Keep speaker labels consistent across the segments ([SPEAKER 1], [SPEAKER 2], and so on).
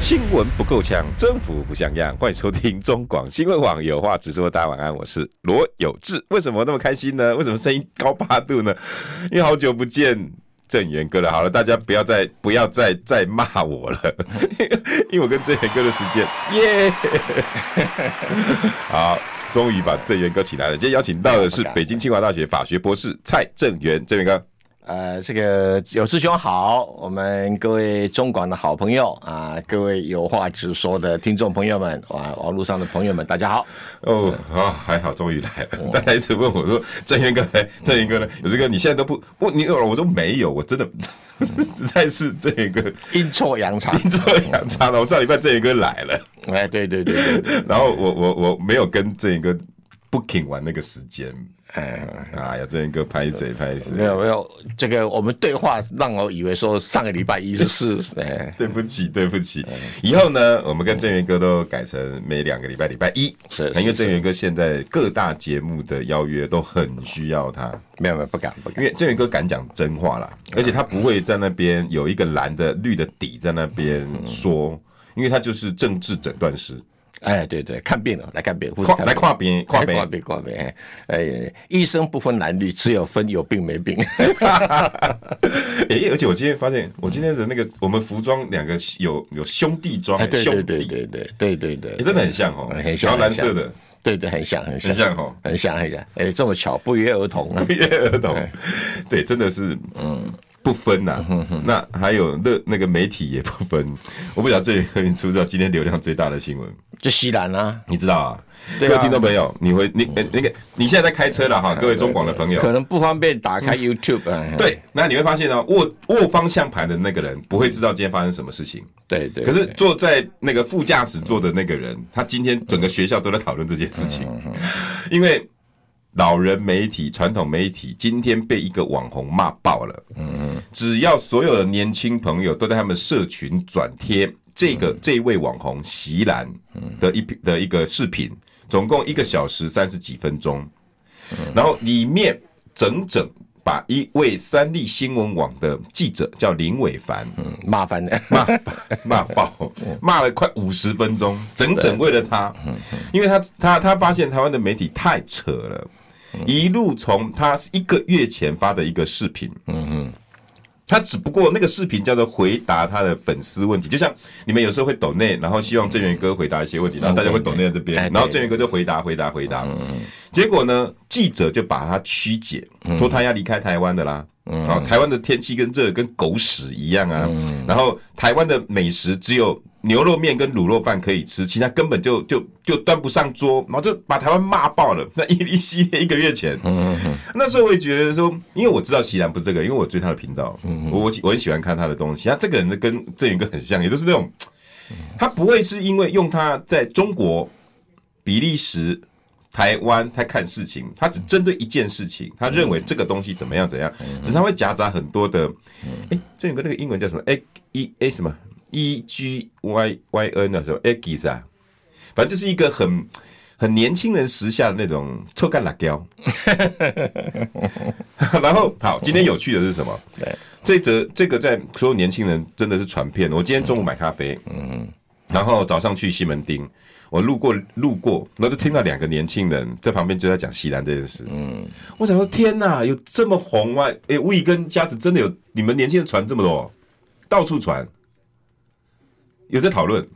[SPEAKER 1] 新闻不够强，政府不像样。欢迎收听中广新闻网，有话直说。大家晚安，我是罗有志。为什么那么开心呢？为什么声音高八度呢？因为好久不见郑源哥了。好了，大家不要再不要再再骂我了， 因为我跟郑源哥的时间耶。好，终于把郑源哥请来了。今天邀请到的是北京清华大学法学博士蔡正元，郑源哥。
[SPEAKER 2] 呃，这个有师兄好，我们各位中广的好朋友啊，各位有话直说的听众朋友们，哇，网络上的朋友们，大家好。
[SPEAKER 1] 哦啊，还好终于来
[SPEAKER 2] 哦
[SPEAKER 1] 了。大家一直问我说：“郑源哥来，
[SPEAKER 2] 嗯
[SPEAKER 1] 郑源哥呢？”有这个你现在都不不，你我都没有，我真的 实在是郑源哥
[SPEAKER 2] 阴错阳差，
[SPEAKER 1] 阴错阳差了。我上礼拜郑源哥来了，
[SPEAKER 2] 哎，对对对对对，
[SPEAKER 1] 然后我我我没有跟郑源哥 booking 完那个时间。
[SPEAKER 2] 哎，
[SPEAKER 1] 哎呀，郑源哥拍谁拍谁？
[SPEAKER 2] 没有没有，这个我们对话让我以为说上个礼拜一是四，哎，
[SPEAKER 1] 对不起，对不起。
[SPEAKER 2] 嗯
[SPEAKER 1] 以后呢，我们跟郑源哥都改成每两个礼拜礼拜一，
[SPEAKER 2] 是是
[SPEAKER 1] 因为郑源哥现在各大节目的邀约都很需要他。
[SPEAKER 2] 没有没有，不敢不
[SPEAKER 1] 因
[SPEAKER 2] 敢，
[SPEAKER 1] 为郑源哥敢讲真话啦，而且他不会在那边有一个蓝的绿的底在那边说，因为他就是政治诊断师，
[SPEAKER 2] 哎，对对，看病了，来看病，护士
[SPEAKER 1] 跨
[SPEAKER 2] 看
[SPEAKER 1] 来
[SPEAKER 2] 病
[SPEAKER 1] 跨边跨
[SPEAKER 2] 哎跨
[SPEAKER 1] 边。
[SPEAKER 2] 病跨病，哎哎，医生不分男女，只有分有病没病。
[SPEAKER 1] 诶，而且我今天发现，我今天的那个我们服装两个有有兄弟装
[SPEAKER 2] 哎，，对
[SPEAKER 1] 兄
[SPEAKER 2] 对
[SPEAKER 1] 弟，
[SPEAKER 2] 对对对对对对，
[SPEAKER 1] 诶真的很像哦，
[SPEAKER 2] 很
[SPEAKER 1] 然
[SPEAKER 2] 像，
[SPEAKER 1] 后蓝
[SPEAKER 2] 很像
[SPEAKER 1] 色的，，
[SPEAKER 2] 对对，很像，很像，
[SPEAKER 1] 很像 哦
[SPEAKER 2] 很像，很像。哎，这么巧，不约而同 啊！
[SPEAKER 1] 不约而同，对，真的是，嗯。不分呐、
[SPEAKER 2] 嗯
[SPEAKER 1] 那还有那那个媒体也不分。我不晓得郑源哥，你知不知道今天流量最大的新闻？
[SPEAKER 2] 就西兰啊，
[SPEAKER 1] 你知道啊，各
[SPEAKER 2] 对啊嗯
[SPEAKER 1] 位听众朋友，你回你呃那个你现在在开车了哈，各位中广的朋友
[SPEAKER 2] 可，能不方便打开 YouTube 啊。
[SPEAKER 1] 对，那你会发现呢，握握方向盘的那个人不会知道今天发生什么事情，
[SPEAKER 2] 对对，
[SPEAKER 1] 可是
[SPEAKER 2] 对
[SPEAKER 1] 坐在那个副驾驶座的那个人，他今天整个学校都在讨论这件事情， 因为老人媒体、传统媒体今天被一个网红骂爆了。嗯，只要所有的年轻朋友都在他们社群转贴这个这位网红席兰的一的一个视频，总共一个小时三十几分钟，然后里面整整。把一位三立新闻网的记者叫林伟凡，
[SPEAKER 2] 嗯麻烦的，
[SPEAKER 1] 骂骂爆，骂了快五十分钟，整整为了他，因为他他他发现台湾的媒体太扯了，一路从他一个月前发的一个视频，嗯嗯。他只不过那个视频叫做回答他的粉丝问题，就像你们有时候会抖内，然后希望郑源哥回答一些问题，然后大家会抖内在这边
[SPEAKER 2] 哎，对嗯
[SPEAKER 1] 然后郑源哥就回答回答回答，结果呢，记者就把他曲解，说他要离开台湾的啦。
[SPEAKER 2] 嗯
[SPEAKER 1] 啊，台湾的天气跟热跟狗屎一样啊。然后台湾的美食只有牛肉面跟卤肉饭可以吃，其他根本就就就端不上桌，然后就把台湾骂爆了。 那一一系列一个月前，
[SPEAKER 2] 嗯
[SPEAKER 1] 那时候我也觉得说，因为我知道席兰不是这个，因为我追他的频道，
[SPEAKER 2] 嗯
[SPEAKER 1] 我我喜我很喜欢看他的东西。啊他这个人跟郑源哥很像，也就是那种，他不会是因为用他在中国、比利时、台湾他看事情，他只针对一件事情，他认为这个东西怎么样怎样，只是他会夹杂很多的，哎、郑源哥那个英文叫什么？哎一哎什么？E G Y Y N 啊，什么 e g i s 啊，反正就是一个很很年轻人时下的那种臭干辣椒。然后好，今天有趣的是什么？这则这个在所有年轻人真的是传遍了。我今天中午买咖啡，嗯，然后早上去西门町，我路过路过，然后就听到两个年轻人在旁边就在讲西兰这件事，嗯，我想说天哪，有这么红吗？哎，无意跟佳子真的有你们年轻人传这么多，到处传，有在讨论，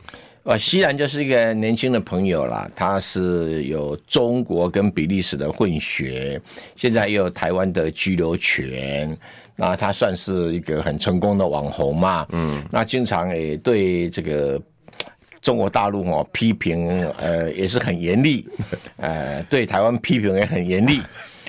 [SPEAKER 2] 啊，西兰就是一个年轻的朋友啦，他是有中国跟比利时的混血，现在也有台湾的居留权。那他算是一个很成功的网红嘛，嗯，那经常也对这个中国大陆哦批评，呃，也是很严厉，呃，对台湾批评也很严厉。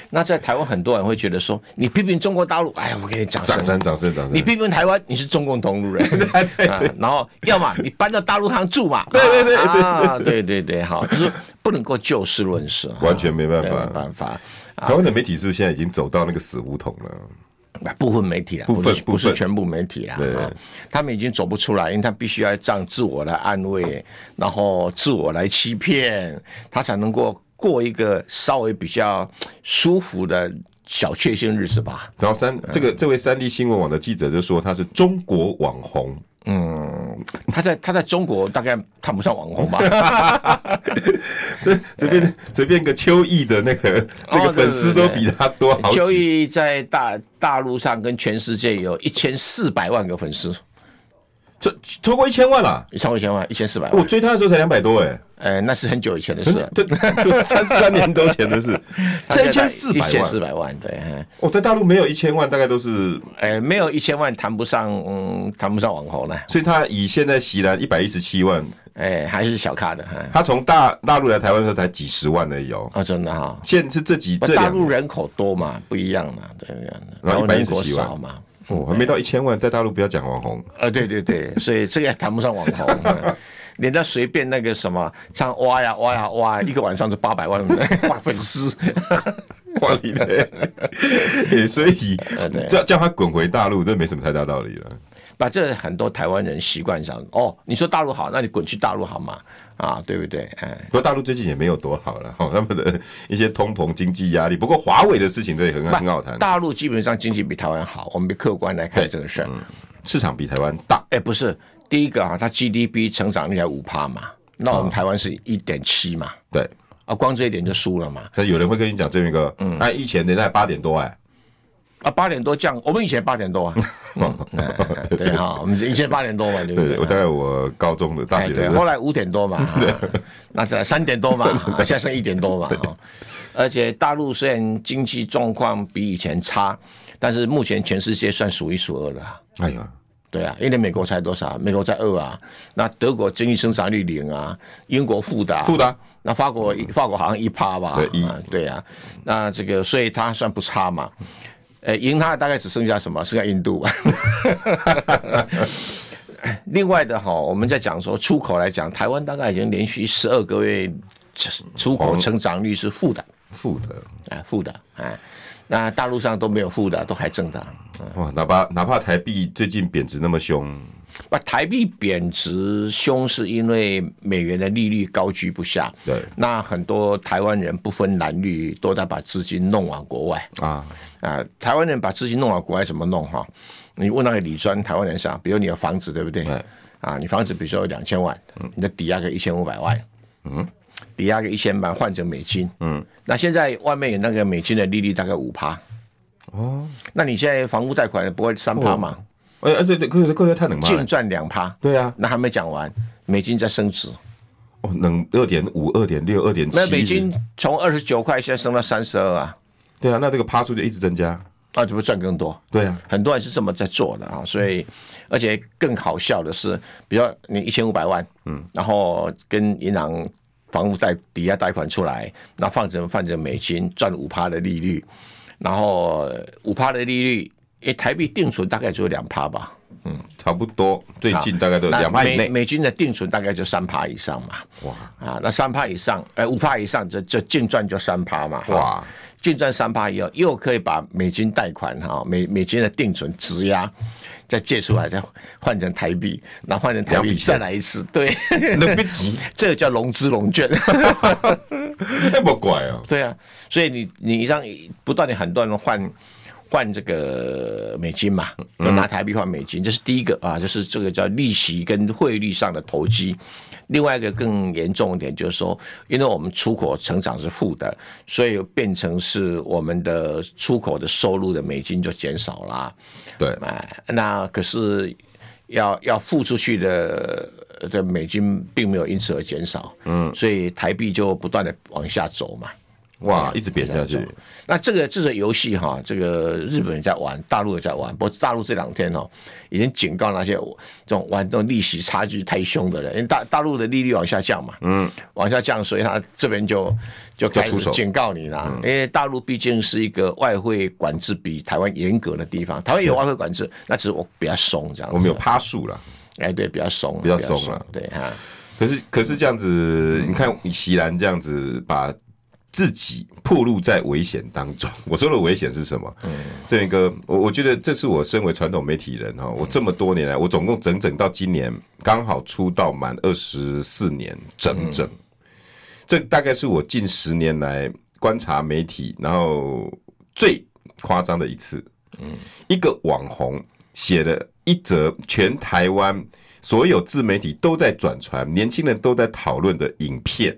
[SPEAKER 2] 那在台湾很多人会觉得说，你批评中国大陆，哎呀，我给你掌声
[SPEAKER 1] 掌。声，掌声，掌声！
[SPEAKER 2] 你批评台湾，你是中共同 路人，啊然后要么你搬到大陆上住嘛，对
[SPEAKER 1] 对对对
[SPEAKER 2] 啊，对对对，好，就是不能够就事论事，啊
[SPEAKER 1] 完全没办法
[SPEAKER 2] 对没办法，
[SPEAKER 1] 台湾的媒体是不是现在已经走到那个死胡同了？
[SPEAKER 2] 啊部分媒体啦，
[SPEAKER 1] 部分
[SPEAKER 2] 不是不
[SPEAKER 1] 部
[SPEAKER 2] 是
[SPEAKER 1] 分
[SPEAKER 2] 全部媒体啦，
[SPEAKER 1] 对
[SPEAKER 2] 啊他们已经走不出来，因为他必须要这样自我来安慰，然后自我来欺骗，他才能够过一个稍微比较舒服的小确幸日子吧。
[SPEAKER 1] 然后
[SPEAKER 2] 哎
[SPEAKER 1] 三这个这位三立新闻网的记者就说他是中国网红，
[SPEAKER 2] 他在他在中国大概看不上网红吧，
[SPEAKER 1] 这随便随便个邱毅的那个那个
[SPEAKER 2] 哎哦对对
[SPEAKER 1] 粉丝都比他多好
[SPEAKER 2] 邱
[SPEAKER 1] 几，
[SPEAKER 2] 毅在大大陆上跟全世界有一千四百万个粉丝，
[SPEAKER 1] 超超过一千万啦！
[SPEAKER 2] 超过一千万，一千四百
[SPEAKER 1] 我
[SPEAKER 2] 万，
[SPEAKER 1] 追他的时候才两百多哎，
[SPEAKER 2] 呃，那是很久以前的
[SPEAKER 1] 真
[SPEAKER 2] 事
[SPEAKER 1] 的
[SPEAKER 2] 了，
[SPEAKER 1] 这 这三三年多前 的事，这一千四百
[SPEAKER 2] 一千四
[SPEAKER 1] 万，
[SPEAKER 2] 百万，对。嗯
[SPEAKER 1] 我在大陆没有一千万，大概都是，
[SPEAKER 2] 呃，没有一千万谈不上，嗯，谈不上网红了，
[SPEAKER 1] 所以他以现在席兰一百一十七万，
[SPEAKER 2] 哎、还是小咖的哈。
[SPEAKER 1] 他从大大陆来台湾的时候才几十万而已哦，
[SPEAKER 2] 啊、真的哈、
[SPEAKER 1] 现在是这几
[SPEAKER 2] 不
[SPEAKER 1] 这
[SPEAKER 2] 哦大
[SPEAKER 1] 两
[SPEAKER 2] 陆
[SPEAKER 1] 年，
[SPEAKER 2] 人口多嘛，不一样嘛，对不对？
[SPEAKER 1] 然后
[SPEAKER 2] 然后人口
[SPEAKER 1] 117万
[SPEAKER 2] 少嘛，
[SPEAKER 1] 哦，还没到一千万，在大陆不要讲网 红，
[SPEAKER 2] 呃，对对对，所以这个也谈不上网红。 嗯人家随便那个什么唱挖呀挖呀挖，一个晚上就八百万 粉丝，
[SPEAKER 1] 哇你嘞， 欸所以
[SPEAKER 2] 呃对
[SPEAKER 1] 叫叫他滚回大陆，这没什么太大道理了。
[SPEAKER 2] 把这很多台湾人习惯上哦，你说大陆好，那你滚去大陆好嘛，啊，对不对？哎，
[SPEAKER 1] 不过大陆最近也没有多好了，哈，他们的一些通膨经济压力。不过华为的事情这也很
[SPEAKER 2] 不
[SPEAKER 1] 很好谈，
[SPEAKER 2] 大陆基本上经济比台湾好，我们客观来看
[SPEAKER 1] 对嗯
[SPEAKER 2] 这个事儿。
[SPEAKER 1] 市场比台湾大，
[SPEAKER 2] 哎，不是，第一个啊，它 GDP 成长率才五趴嘛，那
[SPEAKER 1] 啊
[SPEAKER 2] 我们台湾是一点七嘛，
[SPEAKER 1] 对。
[SPEAKER 2] 啊，光这一点就输了嘛，
[SPEAKER 1] 所以有人会跟你讲，这明哥，嗯，那以前人家八点多哎，
[SPEAKER 2] 啊，八点多降，我们以前八 点多啊，嗯哎哎对啊，我们以前八点多嘛，对不
[SPEAKER 1] 对
[SPEAKER 2] 对
[SPEAKER 1] 我？大概我高中的大
[SPEAKER 2] 哎，
[SPEAKER 1] 学
[SPEAKER 2] 对，
[SPEAKER 1] 的
[SPEAKER 2] 后来五点多 嘛，啊那再来三点多 嘛，啊现在剩一点多嘛，啊而且大陆虽然经济状况比以前差，但是目前全世界算数一数二的啊。
[SPEAKER 1] 哎呀，
[SPEAKER 2] 对啊，因为美国才多少？美国才二啊，那德国经济生产率零啊，英国负的、啊，
[SPEAKER 1] 负的啊
[SPEAKER 2] 那法国法国好像一趴吧，
[SPEAKER 1] 对一
[SPEAKER 2] 啊，对啊，那这个所以它算不差嘛，呃，赢它大概只剩下什么？剩下印度 吧。另外的哈，我们在讲说出口来讲，台湾大概已经连续十二个月出出口成长率是负的，
[SPEAKER 1] 负的，
[SPEAKER 2] 哎，负的，哎，那大陆上都没有负的，都还正的。
[SPEAKER 1] 哇，哪怕哪怕台币最近贬值那么凶，
[SPEAKER 2] 把台币贬值凶是因为美元的利率高居不下，
[SPEAKER 1] 对
[SPEAKER 2] 那很多台湾人不分蓝绿都在把资金弄往国外
[SPEAKER 1] 啊，
[SPEAKER 2] 啊、台湾人把资金弄往国外怎么弄哈？你问那个理专台湾人想，比如你有房子对不对？
[SPEAKER 1] 对
[SPEAKER 2] 啊，你房子比如说有两千万，你的抵押个一千五百万，嗯，抵押个一千万换成美金，嗯，那现在外面有那个美金的利率大概五趴，
[SPEAKER 1] 哦，
[SPEAKER 2] 那你现在房屋贷款不会三趴嘛？
[SPEAKER 1] 哎哎对对，可是可是太冷嘛，
[SPEAKER 2] 净赚两哦趴，
[SPEAKER 1] 对啊，
[SPEAKER 2] 那还没讲完，美金在升值。
[SPEAKER 1] 哦，冷二点五、二点六、二点七，
[SPEAKER 2] 那美金从二十九块现在升到三十二啊，
[SPEAKER 1] 对啊，那这个趴数就一直增加，
[SPEAKER 2] 那就会赚更多。
[SPEAKER 1] 对啊，
[SPEAKER 2] 很多人是这么在做的啊，所以而且更好笑的是，比如说你一千五百万，嗯，然后跟银行房屋贷抵押贷款出来，那放成放成美金赚五趴的利率，然后五趴的利率，诶，台币定存大概就两趴吧，
[SPEAKER 1] 差不多，最近大概都
[SPEAKER 2] 啊那
[SPEAKER 1] 两趴以
[SPEAKER 2] 美
[SPEAKER 1] 内，
[SPEAKER 2] 美金的定存大概就三趴以上嘛，哇啊，那三趴以上，呃，五趴以上这这净赚就三趴嘛，
[SPEAKER 1] 哇，
[SPEAKER 2] 净赚三趴以后，又可以把美金贷款哈，美美金的定存质押，再借出来，再换成台币，然后换成台
[SPEAKER 1] 两
[SPEAKER 2] 币
[SPEAKER 1] 笔钱
[SPEAKER 2] 再来一次，对，
[SPEAKER 1] 那不急，
[SPEAKER 2] 这个叫融资融券，
[SPEAKER 1] 那么怪哦，
[SPEAKER 2] 对啊，所以你你让不断的很多人换换这个美金嘛，就拿台币换美金，这是第一个啊，就是这个叫利息跟汇率上的投机。另外一个更严重一点，就是说，因为我们出口成长是负的，所以变成是我们的出口的收入的美金就减少啦。
[SPEAKER 1] 对，
[SPEAKER 2] 哎，那可是要要付出去的的美金并没有因此而减少，嗯，所以台币就不断的往下走嘛。
[SPEAKER 1] 哇，一直贬下
[SPEAKER 2] 啊
[SPEAKER 1] 去，
[SPEAKER 2] 那这个这个游戏哈，这个日本也在玩，大陆也在玩。不过大陆这两天哦，已经警告那些这种玩这种利息差距太凶的人，因为大大陆的利率往下降嘛，嗯，往下降，所以他这边就就开
[SPEAKER 1] 出
[SPEAKER 2] 始
[SPEAKER 1] 手嗯
[SPEAKER 2] 警告你啦。因为大陆毕竟是一个外汇管制比台湾严格的地方，台湾有外汇管制，那只是我比较松这样子。
[SPEAKER 1] 我们有趴数啦。
[SPEAKER 2] 哎，对，比较松，
[SPEAKER 1] 比较松啊
[SPEAKER 2] 对哈。
[SPEAKER 1] 可是可是这样子，你看席兰这样子把自己暴露在危险当中。 我说的危险是什么？嗯，这一个我我觉得这是我身为传统媒体人哈，我这么多年来，我总共整整到今年刚好出道满二十四年，整整。这大概是我近十年来观察媒体，然后最夸张的一次。一个网红写了一则全台湾所有自媒体都在转传、年轻人都在讨论的影片，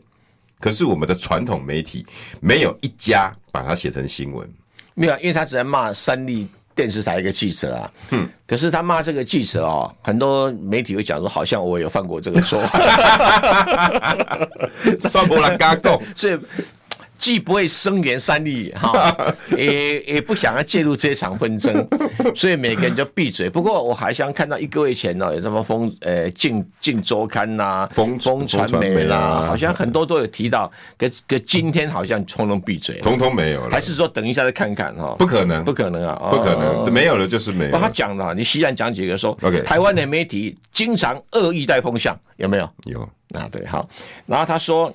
[SPEAKER 1] 可是我们的传统媒体没有一家把它写成新闻。
[SPEAKER 2] 没有，因为他只在骂三立电视台一个记者啊。嗯。可是他骂这个记者哦，很多媒体会讲说，好像我有犯过这个 错，
[SPEAKER 1] 算不兰嘎贡，
[SPEAKER 2] 所以既不会声援三立哈、 也也不想要介入这场纷争，所以每个人就闭嘴。不过我还想看到一个月前呢、哦，有什么风呃《镜镜周刊》呐，
[SPEAKER 1] 风
[SPEAKER 2] 风传
[SPEAKER 1] 风传
[SPEAKER 2] 媒
[SPEAKER 1] 媒
[SPEAKER 2] 啦
[SPEAKER 1] 啊，
[SPEAKER 2] 好像很多都有提到，可可今天好像通通闭嘴了，
[SPEAKER 1] 通通没有 了
[SPEAKER 2] 还，是说等一下再看看哈、哦？
[SPEAKER 1] 不可能，
[SPEAKER 2] 不可能啊，哦哦
[SPEAKER 1] 不可能，没有了就是没有
[SPEAKER 2] 不，他
[SPEAKER 1] 了，
[SPEAKER 2] 讲了，你西然讲几个说
[SPEAKER 1] OK
[SPEAKER 2] 台湾的媒体经常恶意带风向，有没有？
[SPEAKER 1] 有
[SPEAKER 2] 啊，对，好。然后他说，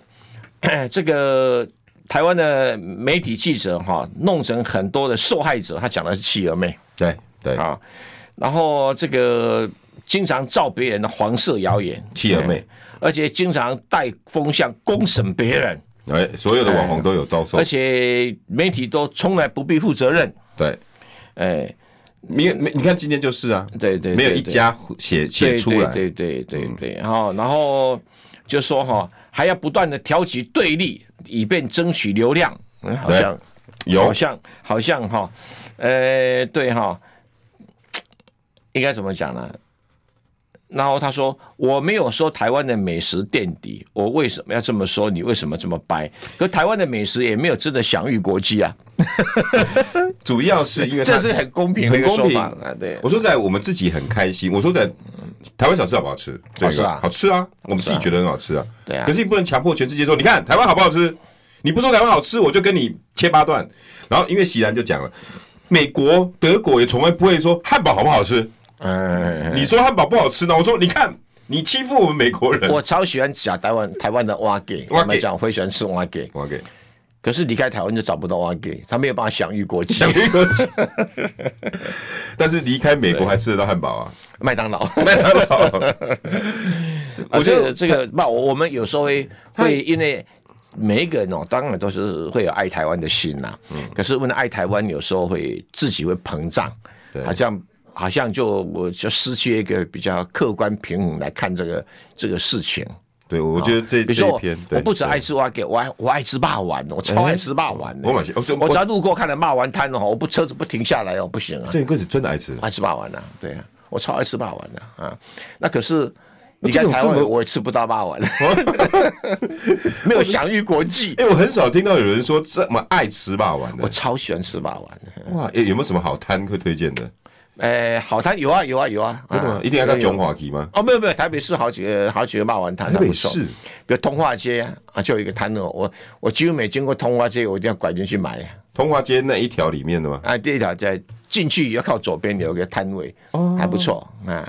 [SPEAKER 2] 这个台湾的媒体记者哈、弄成很多的受害者，他讲的是企鹅妹
[SPEAKER 1] 对对，
[SPEAKER 2] 啊。然后这个经常造别人的黄色谣言，
[SPEAKER 1] 企鹅妹，
[SPEAKER 2] 而且经常带风向公审别人，
[SPEAKER 1] 哎，所有的网红都有遭受
[SPEAKER 2] 而，且媒体都从来不必负责任。
[SPEAKER 1] 对，
[SPEAKER 2] 哎，
[SPEAKER 1] 没有没，你看今天就是啊，
[SPEAKER 2] 对对对
[SPEAKER 1] 没有一
[SPEAKER 2] 对
[SPEAKER 1] 家写写
[SPEAKER 2] 对
[SPEAKER 1] 出来，嗯
[SPEAKER 2] 对对对对对，然后然后就说哈，还要不断的挑起对立，以便争取流量，嗯，好像
[SPEAKER 1] 有
[SPEAKER 2] 好像好像哈，呃，对哈，应该怎么讲呢？然后他说：“我没有说台湾的美食垫底，我为什么要这么说？你为什么这么掰？可台湾的美食也没有真的享誉国际啊，
[SPEAKER 1] 主要是因为它
[SPEAKER 2] 这是很公平的一个
[SPEAKER 1] 很公
[SPEAKER 2] 说
[SPEAKER 1] 平
[SPEAKER 2] 法啊。对，
[SPEAKER 1] 我说实在，我们自己很开心。我说实在，台湾小吃好不好吃？这个
[SPEAKER 2] 好吃啊
[SPEAKER 1] 好吃啊！我们自己觉得很好吃啊。
[SPEAKER 2] 对啊
[SPEAKER 1] 可是你不能强迫全世界说，你看台湾好不好吃？你不说台湾好吃，我就跟你切八段。然后因为席然就讲了。美国、德国也从来不会说汉堡好不好吃。
[SPEAKER 2] 嗯，
[SPEAKER 1] 你说汉堡不好吃呢？我说你看，你欺负我们美国人。
[SPEAKER 2] 我超喜欢讲台湾台湾的蛙给，
[SPEAKER 1] 蛙
[SPEAKER 2] 我们
[SPEAKER 1] 给
[SPEAKER 2] 讲我会喜欢吃蛙给。
[SPEAKER 1] 我给
[SPEAKER 2] 可是离开台湾就找不到蛙给，他没有办法享誉国际，
[SPEAKER 1] 讲一个吃，但是离开美国还吃得到汉堡啊！
[SPEAKER 2] 麦当 劳。
[SPEAKER 1] 我
[SPEAKER 2] 我
[SPEAKER 1] 觉
[SPEAKER 2] 觉
[SPEAKER 1] 得
[SPEAKER 2] 得这个，那我我们有时候会会因为。每一个人哦，当然都是会有爱台湾的心啦、可是为了爱台湾，有时候会自己会膨胀，
[SPEAKER 1] 对
[SPEAKER 2] 好像好像就我就失去一个比较客观平衡来看这个这个事情。
[SPEAKER 1] 对，我觉得这
[SPEAKER 2] 比
[SPEAKER 1] 这
[SPEAKER 2] 如说
[SPEAKER 1] 一
[SPEAKER 2] 我
[SPEAKER 1] 篇，，
[SPEAKER 2] 哦我
[SPEAKER 1] 对
[SPEAKER 2] 不止爱吃蛙给，我还我爱吃霸丸，我超爱吃霸丸的、
[SPEAKER 1] 我买些，哦这
[SPEAKER 2] 我
[SPEAKER 1] 我
[SPEAKER 2] 只要路过看到霸丸摊哦，我不车子不停下来哦，不行啊，
[SPEAKER 1] 这一棍子真的爱吃。
[SPEAKER 2] 爱吃霸王的、对啊，我超爱吃霸王的啊。那可是你
[SPEAKER 1] 这
[SPEAKER 2] 在
[SPEAKER 1] 种
[SPEAKER 2] 台
[SPEAKER 1] 这
[SPEAKER 2] 湾，
[SPEAKER 1] 种哦
[SPEAKER 2] 我也吃不到霸王， 没有享誉 国际。
[SPEAKER 1] 哎、我很少听到有人说这么爱吃霸王
[SPEAKER 2] 我
[SPEAKER 1] 的。
[SPEAKER 2] 超喜欢吃霸王的，
[SPEAKER 1] 哇、欸，有没有什么好摊会推荐的？
[SPEAKER 2] 哎，好摊有啊有啊有啊，
[SPEAKER 1] 真的吗？
[SPEAKER 2] 啊
[SPEAKER 1] 一定要到中。
[SPEAKER 2] 有有
[SPEAKER 1] 华旗吗？
[SPEAKER 2] 哦，没有没有，台北市好几个好几个霸王摊，
[SPEAKER 1] 台
[SPEAKER 2] 还
[SPEAKER 1] 北
[SPEAKER 2] 不错
[SPEAKER 1] 市
[SPEAKER 2] 比如通化街啊，就有一个摊哦，我我几乎每经过通化街，我一定要拐进去买
[SPEAKER 1] 通化街那一条里面的吗？
[SPEAKER 2] 啊。第一条在进去要靠左边有一个摊位，还不错啊。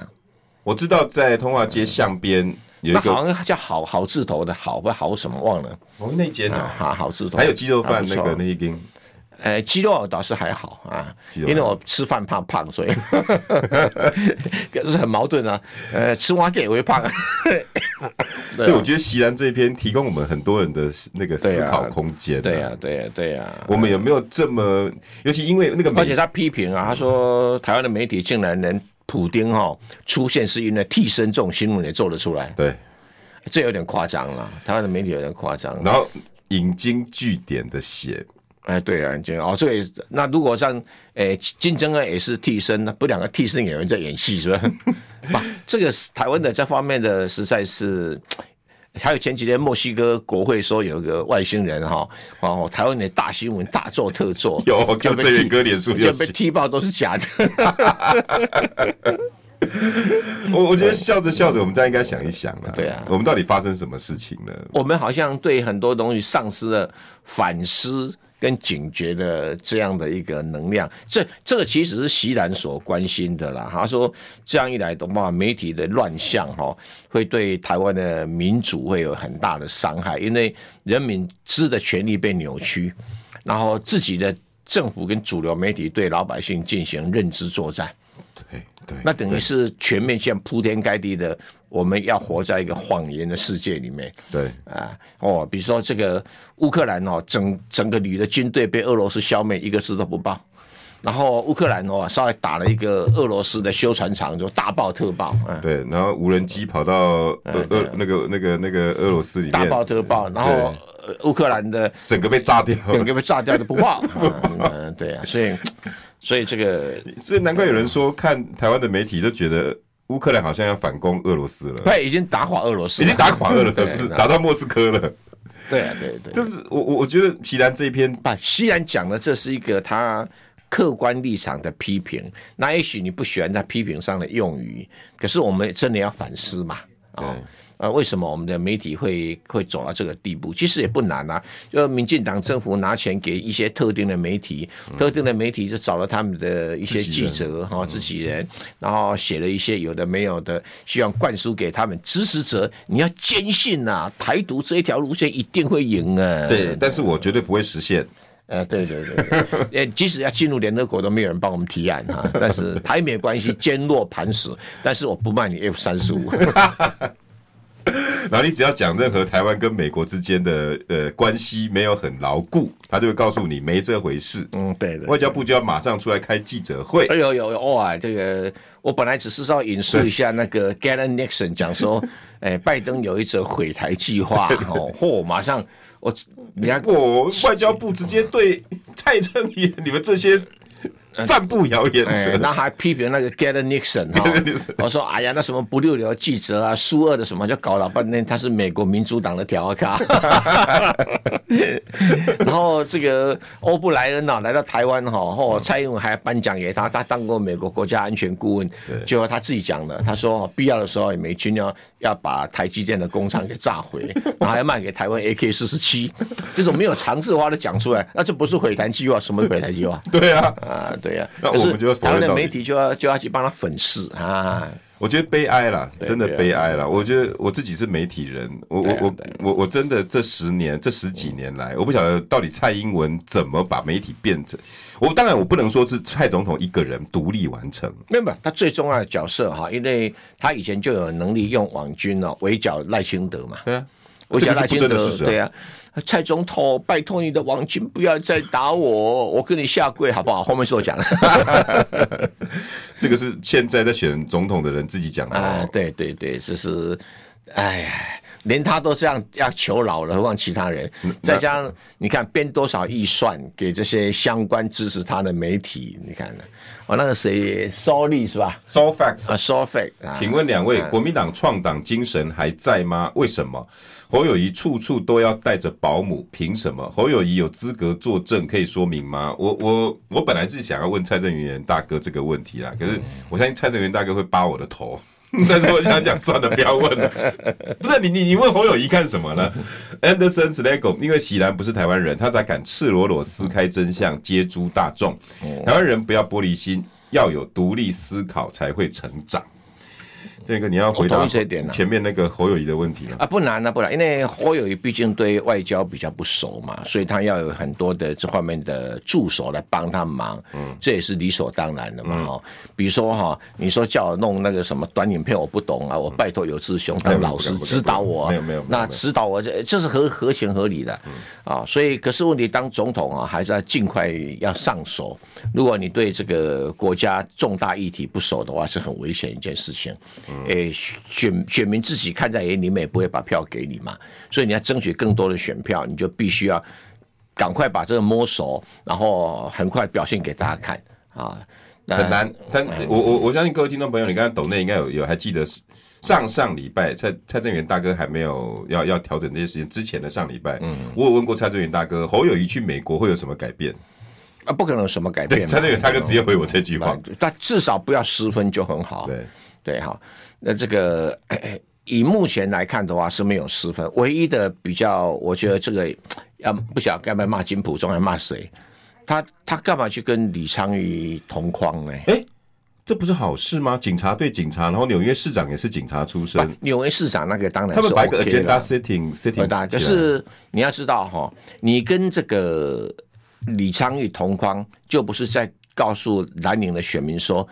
[SPEAKER 1] 我知道在通化街巷边有
[SPEAKER 2] 那
[SPEAKER 1] 一个
[SPEAKER 2] 好像叫好好字头的好，不好什么忘了
[SPEAKER 1] 哦，那间
[SPEAKER 2] 啊，
[SPEAKER 1] 啊，
[SPEAKER 2] 好好字头。
[SPEAKER 1] 还有鸡肉饭
[SPEAKER 2] 还不
[SPEAKER 1] 那
[SPEAKER 2] 错
[SPEAKER 1] 个那一间，
[SPEAKER 2] 呃，鸡肉倒是还好啊，
[SPEAKER 1] 鸡肉
[SPEAKER 2] 因
[SPEAKER 1] 还好
[SPEAKER 2] 为我吃饭怕胖，所以 可是很矛盾啊。呃，吃蛙给也 会胖，对
[SPEAKER 1] 对，我
[SPEAKER 2] 啊
[SPEAKER 1] 觉得席兰这一篇提供我们很多人的那个
[SPEAKER 2] 对
[SPEAKER 1] 思
[SPEAKER 2] 啊
[SPEAKER 1] 考空间、
[SPEAKER 2] 对呀、，对呀、对呀、啊
[SPEAKER 1] 我们有没有这么？尤其因为那个美
[SPEAKER 2] 而且他批评啊，他说台湾的媒体竟然连普丁哈出现是因为替身这种新闻也做得出来，
[SPEAKER 1] 对，
[SPEAKER 2] 这有点夸张了。台湾的媒体有点夸张。
[SPEAKER 1] 然后引经据典的写，
[SPEAKER 2] 哎，对啊，就哦，这个也是那如果像诶金正恩也是替身，那不两个替 身演员在演戏是吧？哇，这个是台湾的这方面的实在是，还有前几天墨西哥国会说有个外星人哈，哦，台湾的大新闻大做特做，
[SPEAKER 1] 有我看
[SPEAKER 2] 就被
[SPEAKER 1] 这
[SPEAKER 2] 踢
[SPEAKER 1] 个哥脸书就
[SPEAKER 2] 就被
[SPEAKER 1] 是，
[SPEAKER 2] 踢爆都是假的。
[SPEAKER 1] 我我觉得笑着笑着，我们大家应该想一想了，
[SPEAKER 2] 对啊
[SPEAKER 1] 我们到底发生什么事情了？
[SPEAKER 2] 我们好像对很多东西丧失了反思跟警觉的这样的一个能量。这这个其实是席兰所关心的啦。他说，这样一来的话，媒体的乱象哈、哦，会对台湾的民主会有很大的伤害，因为人民知的权利被扭曲，然后自己的政府跟主流媒体对老百姓进行认知作战。
[SPEAKER 1] 对对，
[SPEAKER 2] 那等于是全面向铺天盖地的，我们要活在一个谎言的世界里面。
[SPEAKER 1] 对
[SPEAKER 2] 啊，哦，比如说这个乌克兰哦，整整个旅的军队被俄罗斯消灭，一个字都不报。然后乌克兰哦，稍微打了一个俄罗斯的修船厂，就大爆特爆，嗯，
[SPEAKER 1] 对，然后无人机跑到
[SPEAKER 2] 哎
[SPEAKER 1] 俄俄那个那个那个俄罗斯里
[SPEAKER 2] 大
[SPEAKER 1] 面，
[SPEAKER 2] 啊爆特爆。然后呃乌克兰的
[SPEAKER 1] 整个被炸掉了
[SPEAKER 2] 整个被炸掉的不报， 嗯嗯，对啊，所以所以这个
[SPEAKER 1] 所以难怪有人说看台湾的媒体就觉得乌克兰好像要反攻俄罗斯了，
[SPEAKER 2] 快已经打垮俄罗斯
[SPEAKER 1] 已
[SPEAKER 2] 了，
[SPEAKER 1] 经打垮俄罗斯，
[SPEAKER 2] 对
[SPEAKER 1] 打到莫斯科了。
[SPEAKER 2] 对啊，对对。
[SPEAKER 1] 就是我我我觉得齐兰这一篇
[SPEAKER 2] 把西然讲的这是一个他客观立场的批评，那也许你不喜欢他批评上的用语，可是我们真的要反思嘛，啊、呃，为什么我们的媒体会会走到这个地步？其实也不难啊，就民进党政府拿钱给一些特定的媒体，特定的媒体就找了他们的一
[SPEAKER 1] 嗯
[SPEAKER 2] 些
[SPEAKER 1] 自己
[SPEAKER 2] 记
[SPEAKER 1] 人嗯
[SPEAKER 2] 者哈、自己人，然后写了一些有的没有的，希望灌输给他们支持者，你要坚信呐、台独这一条路线一定会赢啊。
[SPEAKER 1] 对，呃但是我绝对不会实现。
[SPEAKER 2] 呃，对对对 对，呃，即使要进入联合国都没有人帮我们提案哈，但是台美关系坚若磐石，但是我不卖你 F 三十五，
[SPEAKER 1] 然后你只要讲任何台湾跟美国之间的呃关系没有很牢固，他就会告诉你没这回事。
[SPEAKER 2] 嗯，对的。
[SPEAKER 1] 外交部就要马上出来开记者会
[SPEAKER 2] 哎。呦呦呦，哇！这个我本来只是要引述一下那个 Galen Nixon 讲说，哎，拜登有一则毁台计划 哦，嚯、马上我人家
[SPEAKER 1] 我外交部直接对蔡正元你们这些散布谣言
[SPEAKER 2] 哎，
[SPEAKER 1] 者，
[SPEAKER 2] 那还批评那个 Galen Nixon 哈、我说哎呀，那什么不入流记者啊，苏二的什么，就搞老半天他是美国民主党的调咖。然后这个欧布莱恩啊，来到台湾哈、哦，蔡英文还颁奖给他，他当过美国国家安全顾问，结果他自己讲的，他说、哦必要的时候美军要要把台积电的工厂给炸毁， 然后还卖给台湾 AK 四十七，这种没有常识的话都讲出来，那这不是毁台计划，什么是毁台计划？
[SPEAKER 1] 对啊，
[SPEAKER 2] 啊，对呀、
[SPEAKER 1] 那
[SPEAKER 2] 可是
[SPEAKER 1] 我们就要否
[SPEAKER 2] 台湾
[SPEAKER 1] 认
[SPEAKER 2] 的
[SPEAKER 1] 到底
[SPEAKER 2] 媒体就要就要去帮他粉饰啊，
[SPEAKER 1] 我觉得悲哀啦，
[SPEAKER 2] 对
[SPEAKER 1] 真的
[SPEAKER 2] 对啊
[SPEAKER 1] 悲哀啦。我觉得我自己是媒体人，我我
[SPEAKER 2] 对啊
[SPEAKER 1] 我
[SPEAKER 2] 对啊嗯
[SPEAKER 1] 我我真的这十年这十几年来，我不晓得到底蔡英文怎么把媒体变成。我当然我不能说是蔡总统一个人独立完成，
[SPEAKER 2] 没有没有，他最重要的角色哈，因为他以前就有能力用网军哦围剿赖清德嘛，
[SPEAKER 1] 对啊，
[SPEAKER 2] 围
[SPEAKER 1] 这
[SPEAKER 2] 剿
[SPEAKER 1] 个
[SPEAKER 2] 赖
[SPEAKER 1] 是不争
[SPEAKER 2] 清
[SPEAKER 1] 的
[SPEAKER 2] 德
[SPEAKER 1] 事，实
[SPEAKER 2] 对
[SPEAKER 1] 啊。
[SPEAKER 2] 呀、蔡总统，拜托你的网军不要再打我，我跟你下跪好不好？后面是我讲的
[SPEAKER 1] 这个是现在在选总统的人自己讲的
[SPEAKER 2] 啊
[SPEAKER 1] 哦，，
[SPEAKER 2] 对对对，就是，哎呀，连他都这样要求饶了，何况其他人？
[SPEAKER 1] 嗯
[SPEAKER 2] 再加上你看编多少预算给这些相关支持他的媒体，你看呢？哦，那个谁，苏丽是吧？
[SPEAKER 1] So facts。
[SPEAKER 2] 啊 s o f i c 啊，
[SPEAKER 1] 请问两位，国民党创党精神还在吗？为什么侯友谊处处都要带着保姆？凭什么？侯友谊有资格作证，可以说明吗？我我我本来是想要问蔡正元大哥这个问题啦，可是我相信蔡正元大哥会扒我的头。 但是我想想，算了，不要问了。不是你你你问侯友谊干什 么呢？Anderson s l e g o 因为喜兰不是台湾人，他才敢赤裸裸撕开真相，揭诸大众。台湾人不要玻璃心，要有独立思考才会成长。这个你要回
[SPEAKER 2] 我同
[SPEAKER 1] 答
[SPEAKER 2] 意这一点啊
[SPEAKER 1] 前面那个侯友谊的问题了。
[SPEAKER 2] 啊，不难啊，不难，因为侯友谊毕竟对外交比较不熟嘛，所以他要有很多的这方面的助手来帮他忙，嗯，这也是理所当然的嘛，
[SPEAKER 1] 嗯
[SPEAKER 2] 哦、比如说哈、你说叫我弄那个什么短影片，我不懂啊，我拜托有志兄当老师
[SPEAKER 1] 没有没有
[SPEAKER 2] 指导我啊，
[SPEAKER 1] 没有没有没有没
[SPEAKER 2] 那
[SPEAKER 1] 有嗯
[SPEAKER 2] 指导我这这是合合情合理的，啊，所以可是问题当总统啊，还是要尽快要上手，如果你对这个国家重大议题不熟的话，是很危险一件事情，
[SPEAKER 1] 嗯
[SPEAKER 2] 诶、选选民自己看在眼里，你们也不会把票给你嘛，所以你要争取更多的选票，你就必须要赶快把这个摸熟，然后很快表现给大家看啊。那
[SPEAKER 1] 哎很难，但我我我相信各位听众朋友，你刚才抖内应该有有还记得上上礼拜蔡蔡正元大哥还没有要要调整这些事情之前的上礼拜，我有问过蔡正元大哥，侯友谊去美国会有什么改变？
[SPEAKER 2] 啊，不可能有什么改
[SPEAKER 1] 对，
[SPEAKER 2] 变
[SPEAKER 1] 蔡
[SPEAKER 2] 嘛。
[SPEAKER 1] 正元大哥直接回我这句话
[SPEAKER 2] 啊，，但至少不要失分就很好。
[SPEAKER 1] 对，
[SPEAKER 2] 对哈，那这个咳咳以目前来看的话是没有失分，唯一的比较，我觉得这个要不晓得该不该骂金普中，还骂谁？他他干嘛去跟李昌钰同框呢？
[SPEAKER 1] 哎，这不是好事吗？警察对警察，然后纽约市长也是警察出身，
[SPEAKER 2] 纽约市长那个当然
[SPEAKER 1] 他们啊
[SPEAKER 2] 啊是
[SPEAKER 1] 把一个
[SPEAKER 2] OK 呃
[SPEAKER 1] agenda
[SPEAKER 2] 了，
[SPEAKER 1] setting
[SPEAKER 2] 对
[SPEAKER 1] setting
[SPEAKER 2] 吧？可
[SPEAKER 1] 起来
[SPEAKER 2] 是你要知道哈，你跟这个李昌钰同框，就不是在告诉南宁的选民说。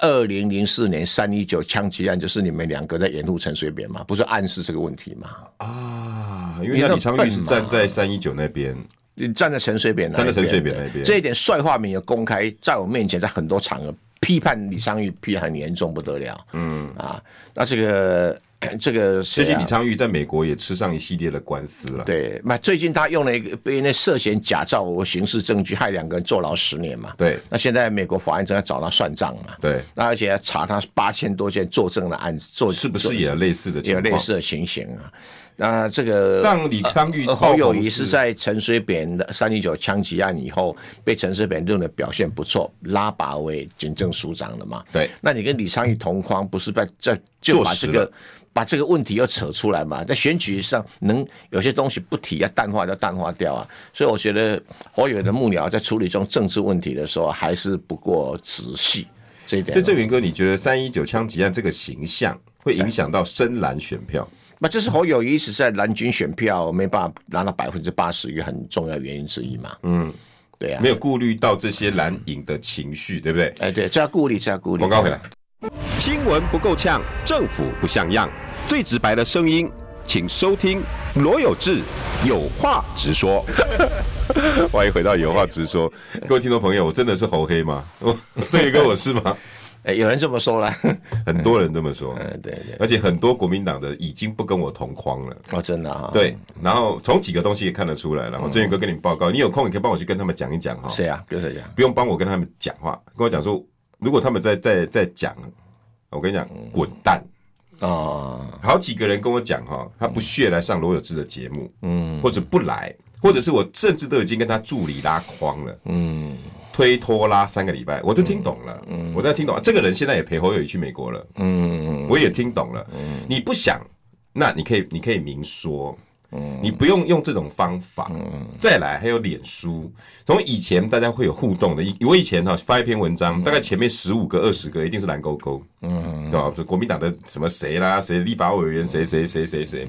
[SPEAKER 2] 二零零四年三一九枪击案就是你们两个在掩护陈水扁嘛，不是暗示这个问题嘛？
[SPEAKER 1] 啊，因为
[SPEAKER 2] 你
[SPEAKER 1] 那
[SPEAKER 2] 那
[SPEAKER 1] 李昌钰
[SPEAKER 2] 笨
[SPEAKER 1] 是
[SPEAKER 2] 嘛
[SPEAKER 1] 站在三一九那边，
[SPEAKER 2] 你站在陈水扁那一边的，
[SPEAKER 1] 站在陈水扁那一边
[SPEAKER 2] 这一点帅化民有公开在我面前，在很多场合批判李昌钰，批判很严重不得了。嗯啊，那这个 这个
[SPEAKER 1] 最
[SPEAKER 2] 谁
[SPEAKER 1] 近
[SPEAKER 2] 啊
[SPEAKER 1] 李？昌钰在美国也吃上一系列的官司了。
[SPEAKER 2] 对，那最近他用了一个被那涉嫌假造刑事证据，害两个人坐牢十年嘛。
[SPEAKER 1] 对
[SPEAKER 2] 那现在美国法院正在找他算账嘛。
[SPEAKER 1] 对，
[SPEAKER 2] 那而且要查他八千多件作证的案子，做
[SPEAKER 1] 是不是也有类似的
[SPEAKER 2] 也
[SPEAKER 1] 情
[SPEAKER 2] 有
[SPEAKER 1] 况？
[SPEAKER 2] 类似的情形啊？那这个
[SPEAKER 1] 让李康玉
[SPEAKER 2] 呃
[SPEAKER 1] 爆
[SPEAKER 2] 侯
[SPEAKER 1] 红
[SPEAKER 2] 友谊是在陈水扁的三一九枪击案以后，被陈水扁认为表现不错，拉拔为警政署长了嘛？
[SPEAKER 1] 对，
[SPEAKER 2] 那你跟李昌钰同框，不是在在就
[SPEAKER 1] 坐
[SPEAKER 2] 把
[SPEAKER 1] 实
[SPEAKER 2] 这个把这个问题又扯出来嘛？在选举上能有些东西不提要淡化就淡化掉啊。所以我觉得侯友宜的幕僚在处理这种政治问题的时候，还是不够仔细这一点
[SPEAKER 1] 所以
[SPEAKER 2] 啊。
[SPEAKER 1] 郑源哥，你觉得三一九枪击案这个形象会影响到深蓝选票？
[SPEAKER 2] 那这是侯友谊一直在蓝军选票没办法拿到百分之八十一个很重要原因之一嘛？
[SPEAKER 1] 嗯，
[SPEAKER 2] 对啊，
[SPEAKER 1] 没有顾虑到这些蓝营的情绪，对不对？
[SPEAKER 2] 哎，对，这要顾虑，这要顾虑。
[SPEAKER 1] 广告回来。
[SPEAKER 3] 新闻不够呛，政府不像样，最直白的声音，请收听罗有志有话直说。
[SPEAKER 1] 欢迎回到有话直说，各位听众朋友，我真的是猴黑吗？ 我郑源哥，我 是吗？
[SPEAKER 2] 哎，有人这么 说了，
[SPEAKER 1] 很多人这么说，
[SPEAKER 3] 呃
[SPEAKER 2] 嗯，对对，
[SPEAKER 1] 而且很多国民党的已经不跟我同框了。
[SPEAKER 2] 哦，真的啊、，
[SPEAKER 3] 嗯
[SPEAKER 1] 对，然后从几个东西也看得出来，然后郑源哥跟你报告，你有空你可以帮我去跟他们讲一讲哈。
[SPEAKER 2] 谁啊？跟谁讲？
[SPEAKER 1] 不用帮我跟他们讲话，跟我讲说，如果他们在在在讲，我跟你讲，滚蛋！
[SPEAKER 2] 哦，
[SPEAKER 1] 好几个人跟我讲哈，他不屑来上罗有志的节目，
[SPEAKER 2] 嗯
[SPEAKER 1] 或者不来，或者是我甚至都已经跟他助理拉框了，
[SPEAKER 2] 嗯
[SPEAKER 1] 推拖拉三个礼拜，我都听懂了，我都听懂了。这个人现在也陪侯友谊去美国了，
[SPEAKER 2] 嗯，
[SPEAKER 1] 我也听懂了。你不想，那你可以你可以明说。
[SPEAKER 2] 嗯
[SPEAKER 1] 你不用用这种方法，再来还有脸书，从以前大家会有互动的。以我以前哈、发一篇文
[SPEAKER 2] 嗯
[SPEAKER 1] 章，大概前面十五个、二十个一定是蓝勾勾，嗯，对吧？就国民党的什么谁啦，谁立法委员谁谁谁谁谁，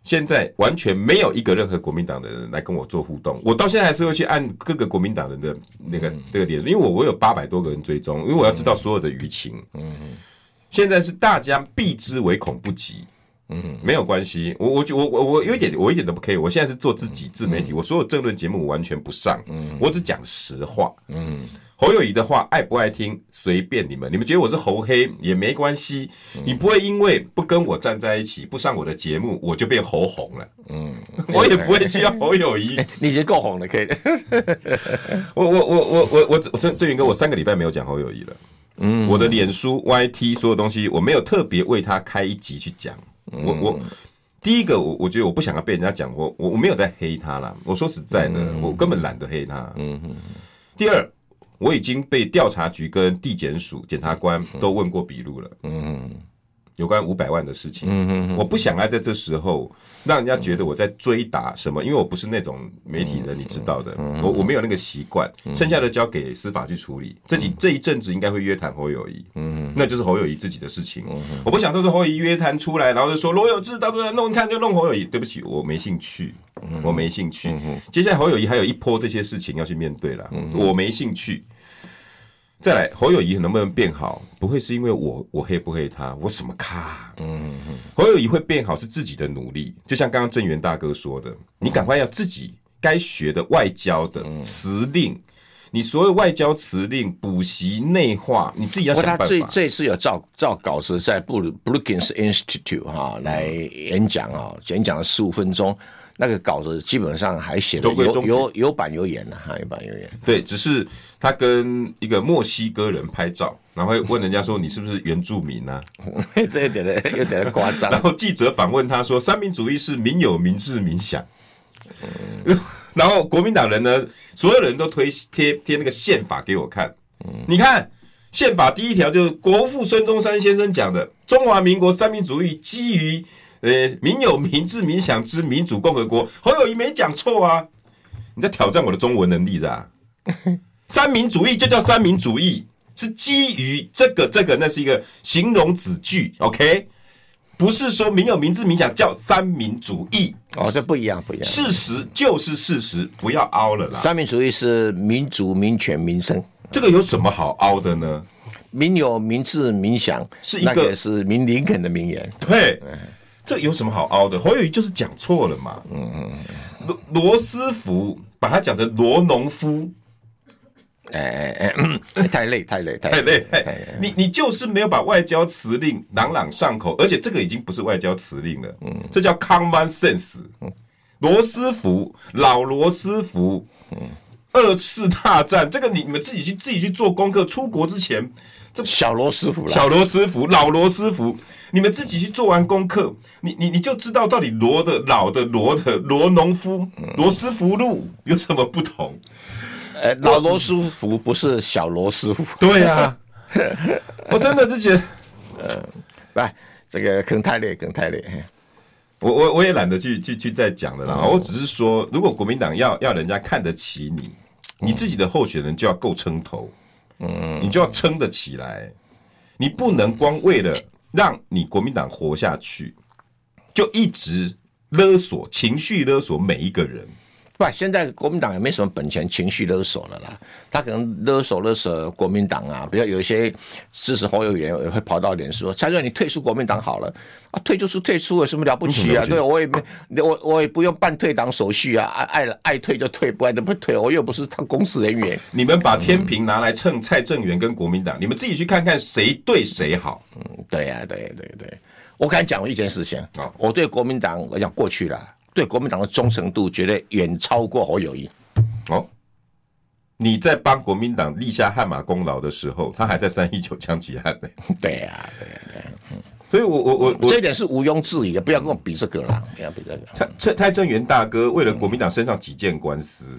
[SPEAKER 1] 现在完全没有一个任何国民党的人来跟我做互动。我到现在还是会去按各个国民党人的那个那个脸书，因为我我有八百多个人追踪，因为我要知道所有的舆情。现在是大家避之唯恐不及。嗯，没有关系，我我我我我有一点，我一点都不 care。我现在是做自己自媒体，我所有政论节目我完全不上，我只讲实话。嗯，侯友谊的话爱不爱听随便你们，你们觉得我是侯黑也没关系，你不会因为不跟我站在一起，不上我的节目，我就变侯红了。嗯， 我也不会需要侯友谊。
[SPEAKER 2] 你已经够红了，可以。
[SPEAKER 1] 我我我我我我我郑郑云哥，我三个礼拜没有讲侯友谊了。嗯，我的脸书、YT 所有东西，我没有特别为他开一集去讲。我我第一个，我我觉得我不想要被人家讲，我我我没有在黑他啦。我说实在的，我根本懒得黑他。嗯第二，我已经被调查局跟地检署检察官都问过笔录了。嗯。有关五百万的事情，我不想要在这时候让人家觉得我在追打什么，因为我不是那种媒体人，你知道的，我我没有那个习惯，剩下的交给司法去处理。这几这一阵子应该会约谈侯友谊，
[SPEAKER 2] 嗯
[SPEAKER 1] 那就是侯友谊自己的事情。我不想到时候侯友谊约谈出来，然后就说罗有志到时候弄看就弄侯友谊，对不起，我没兴趣，
[SPEAKER 2] 嗯
[SPEAKER 1] 我没兴趣。接下来侯友谊还有一波这些事情要去面对了，
[SPEAKER 2] 嗯
[SPEAKER 1] 我没兴趣。再来，侯友谊能不能变好，不会是因为我我黑不黑他，我什么咖啊、
[SPEAKER 2] 嗯
[SPEAKER 1] 侯友谊会变好是自己的努力，就像刚刚郑源大哥说的，你赶快要自己该学的外交的
[SPEAKER 2] 嗯
[SPEAKER 1] 辞令，你所有外交辞令、补习内化，你自己要
[SPEAKER 2] 不过
[SPEAKER 1] 想
[SPEAKER 2] 他
[SPEAKER 1] 办
[SPEAKER 2] 这
[SPEAKER 1] 法。
[SPEAKER 2] 这次有照照稿子在布鲁 Brookings Institute 哈、来演讲啊、演讲了十五分钟，那个稿子基本上还写的
[SPEAKER 1] 中规
[SPEAKER 2] 有
[SPEAKER 1] 中矩
[SPEAKER 2] 有有板有眼的、哈，有板有眼。
[SPEAKER 1] 对，只是他跟一个墨西哥人拍照，然后会问人家说你是不是原住民啊？
[SPEAKER 2] 这有点的，有点的夸 张
[SPEAKER 1] 然。后记者访问他说，三民主义是民有、民治、民享。 然后国民党人呢，所有人都推贴贴那个宪法给我看，你看宪法第一条就是国父孙中山先生讲的，中华民国三民主义基于呃民有、民治、民享之民主共和国。侯友谊没讲错啊，你在挑战我的中文能力的、啊。三民主义就叫三民主义，是基于这个这个，那是一个形容子句，OK。不是说民有、民治、民享叫三民主义，
[SPEAKER 2] 哦，这不一样，不一样。
[SPEAKER 1] 事实就是事实，不要凹了啦。
[SPEAKER 2] 三民主义是民主、民权、民生，
[SPEAKER 1] 这个有什么好凹的呢？
[SPEAKER 2] 民有、民治、民享，
[SPEAKER 1] 是一个
[SPEAKER 2] 那个是民林肯的名言。
[SPEAKER 1] 对，这有什么好凹的？侯友谊就是讲错了嘛。嗯嗯。罗罗斯福把他讲成罗农夫，
[SPEAKER 2] 哎哎哎嗯，太累，太累，太
[SPEAKER 1] 对
[SPEAKER 2] 累。
[SPEAKER 1] 不哎对？你你就是没有把外交辞令朗朗上口，而且这个已经不是外交辞令了，这叫 common sense。罗斯福，老罗斯福，二次大战，这个你你们自己去自己去做功课，出国之前
[SPEAKER 2] 小罗斯福啦，
[SPEAKER 1] 小罗斯福、老罗斯福，你们自己去做完功课，你你你就知道到底罗的、老的、罗的、罗农夫、罗斯福路有什么不同？
[SPEAKER 2] 呃，老罗斯福不是小罗斯福，
[SPEAKER 1] 对呀、 我真的是觉得，
[SPEAKER 2] 来，这个可能太累，可能太累。嘿
[SPEAKER 1] 我我我也懒得去去去再讲了啦。我只是说，如果国民党要要人家看得起你，你自己的候选人就要够撑头，嗯，你就要撑得起来，你不能光为了让你国民党活下去，就一直勒索、情绪勒索每一个人。
[SPEAKER 2] 不，现在国民党也没什么本钱情绪勒索了啦，他可能勒索勒索国民党啊，比如有一些支持侯友员也会跑到脸书说：“蔡瑞，你退出国民党好了啊，退就是退出有什么了不起啊？对我也没我我也不用办退党手续啊，爱爱爱退就退，不爱就不退，我又不是他公司人员。
[SPEAKER 1] 你们把天平拿来称蔡正元跟国民党，你们自己去看看谁对谁好。
[SPEAKER 2] 嗯对呀、对对对，我敢讲一件事情
[SPEAKER 1] 好，
[SPEAKER 2] 我对国民党我讲过去了，对国民党的忠诚度绝对远超过侯友谊。
[SPEAKER 1] 哦，你在帮国民党立下汗马功劳的时候，他还在三一九枪击案呢、
[SPEAKER 2] 对呀、对呀、对呀、
[SPEAKER 1] 所以我我我我
[SPEAKER 2] 这一点是毋庸置疑的，不要跟我比这个啦，不要比这个。
[SPEAKER 1] 蔡蔡蔡正元大哥为了国民党身上几件官司，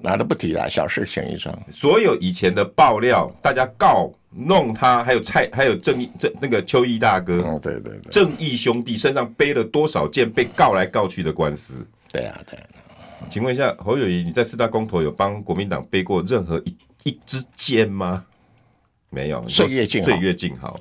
[SPEAKER 2] 哪都不提了，小事情一桩。
[SPEAKER 1] 所有以前的爆料，大家告弄他，还有蔡还有正义正那个邱毅大哥。
[SPEAKER 2] 嗯，对对对，
[SPEAKER 1] 正义兄弟身上背了多少件被告来告去的官司？
[SPEAKER 2] 对啊对啊。
[SPEAKER 1] 请问一下，侯友谊，你在四大公投有帮国民党背过任何一一支箭吗？没有，
[SPEAKER 2] 岁月静好
[SPEAKER 1] 岁月静 好。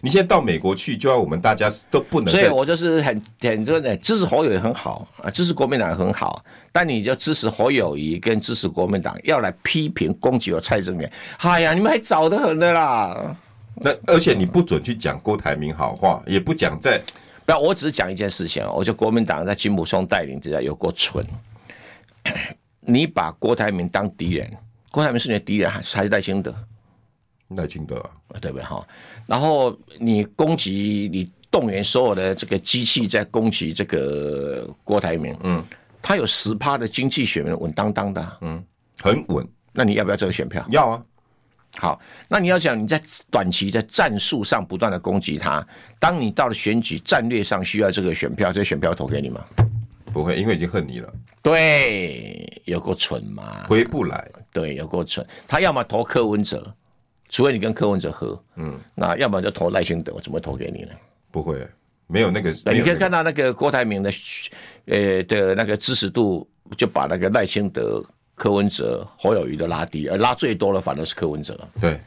[SPEAKER 1] 你现在到美国去，就要我们大家都不能
[SPEAKER 2] 所以
[SPEAKER 1] 再
[SPEAKER 2] 我就是很很多人支持侯友谊很好啊，支持国民党很好，但你就支持侯友谊跟支持国民党，要来批评攻击我蔡正元，哎呀，你们还早得很的啦。
[SPEAKER 1] 那，而且你不准去讲郭台铭好话，也不讲在
[SPEAKER 2] 不，我只是讲一件事情哦，我觉得国民党在金溥聪带领之下有够蠢。 你把郭台铭当敌人，郭台铭是你的敌人，还是还是赖清德？
[SPEAKER 1] 赖清德啊、
[SPEAKER 2] 啊对不对哈？然后你攻击，你动员所有的这个机器在攻击这个郭台铭，嗯，他有十趴的经济选民稳当当的啊，
[SPEAKER 1] 很稳，
[SPEAKER 2] 那你要不要这个选票？
[SPEAKER 1] 要啊，
[SPEAKER 2] 好，那你要讲你在短期在战术上不断的攻击他，当你到了选举战略上需要这个选票，这个选票投给你吗？
[SPEAKER 1] 不会，因为已经恨你了，
[SPEAKER 2] 对，有够蠢嘛？
[SPEAKER 1] 回不来。
[SPEAKER 2] 对，有够蠢。他要么投柯文哲，除非你跟柯文哲合，嗯，那要么就投赖清德，我怎么会投给你呢？
[SPEAKER 1] 不会，没有那个，
[SPEAKER 2] 哎那你
[SPEAKER 1] 没
[SPEAKER 2] 可
[SPEAKER 1] 有那个
[SPEAKER 2] 以看到那个郭台铭的，呃的那个支持度，就把那个赖清德、柯文哲、侯友谊都拉低，而拉最多的反而是柯文哲
[SPEAKER 1] 对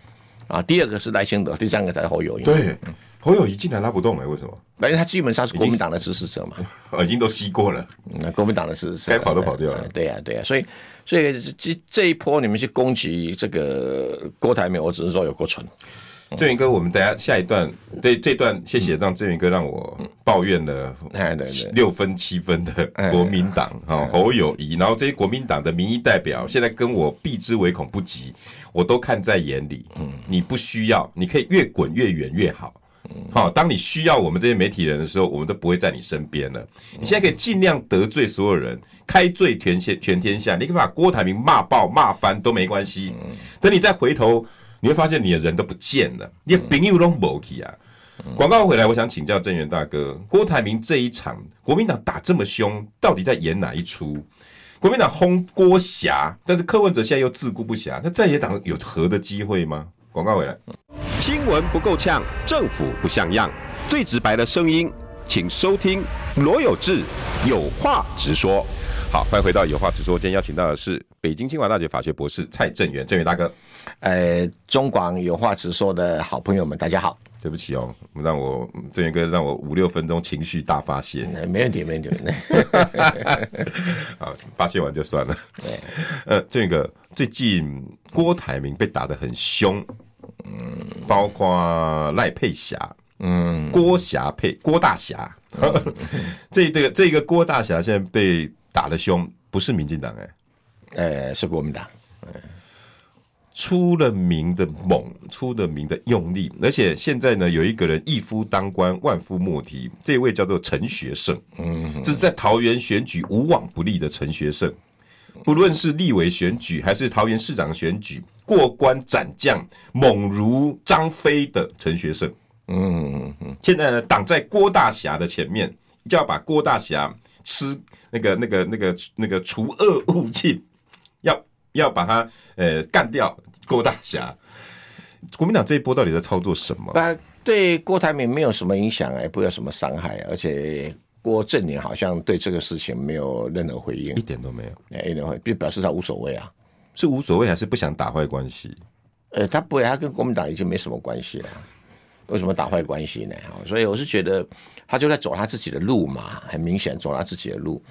[SPEAKER 2] 啊，第二个是赖清德，第三个才是侯友谊，
[SPEAKER 1] 对，侯友谊竟然拉不动哎、为什么？
[SPEAKER 2] 因为他基本上是国民党的支持者嘛，
[SPEAKER 1] 已经都吸过了，
[SPEAKER 2] 那国民党的支持者
[SPEAKER 1] 该跑都跑掉了
[SPEAKER 2] 呃对呀、对呀、所以所以这这一波你们去攻击这个郭台铭，我只是说有够蠢， 嗯
[SPEAKER 1] 正元哥，我们等一下下一段，对这段谢谢让正元哥让我抱怨了
[SPEAKER 2] 哎对哎对
[SPEAKER 1] 六分七分的国民党啊侯友谊，然后这些国民党的民意代表现在跟我避之唯
[SPEAKER 2] 嗯
[SPEAKER 1] 恐不及，我都看在眼里。你不需要，你可以越滚越远越好。
[SPEAKER 2] 嗯
[SPEAKER 1] 好、当你需要我们这些媒体人的时候，我们都不会在你身边了。
[SPEAKER 2] 嗯
[SPEAKER 1] 你现在可以尽量得罪所有人，开罪全天全天下，你可以把郭台铭骂爆、骂翻都没关系。
[SPEAKER 2] 嗯
[SPEAKER 1] 等你再回头，你会发现你的人都不见了，你
[SPEAKER 2] 嗯
[SPEAKER 1] 的朋友都没去啊。广告回来，我想请教郑源大哥，郭台铭这一场国民党打这么凶，到底在演哪一出？国民党轰郭霞，但是柯文哲现在又自顾不暇，那在野党有和的机会吗？广告回来，
[SPEAKER 3] 新闻不够呛，政府不像样，最直白的声音，请收听罗有志有话直说。
[SPEAKER 1] 好，欢迎回到有话直说，今天邀请到的是北京清华大学法学博士蔡正元，正元大哥，
[SPEAKER 2] 呃，中广有话直说的好朋友们，大家好，
[SPEAKER 1] 对不起哦，让我正元哥让我五六分钟情绪大发泄，
[SPEAKER 2] 呃没问题，没问题，没问题
[SPEAKER 1] 好，啊发泄完就算了。 呃，这个最近郭台铭被打得很凶，嗯，包括赖佩霞，嗯，郭霞佩郭大侠， 这这个这个郭大侠现在被打得凶，不是民进党哎，
[SPEAKER 2] 呃，是国民党，
[SPEAKER 1] 出了名的猛，出了名的用力，而且现在呢，有一个人一夫当关，万夫莫敌，这位叫做陈学圣，嗯，这是在桃园选举无往不利的陈学圣，不论是立委选举还是桃园市长选举，过关斩将，猛如张飞的陈学圣，
[SPEAKER 2] 嗯，
[SPEAKER 1] 现在呢挡在郭大侠的前面，就要把郭大侠吃那个那个那个那个除恶务尽，要要把他呃干掉郭大侠。国民党这一波到底在操作什么？
[SPEAKER 2] 那对郭台铭没有什么影响，也不会有什么伤害，而且郭正宁好像对这个事情没有任何回应
[SPEAKER 1] 一，点都没有，
[SPEAKER 2] 哎，任何就表示他无所谓啊。
[SPEAKER 1] 是无所谓还是不想打坏关系？
[SPEAKER 2] 呃，他不会，他跟国民党已经没什么关系了，为什么打坏关系呢？哦所以我是觉得他就在走他自己的路嘛，很明显走他自己的路。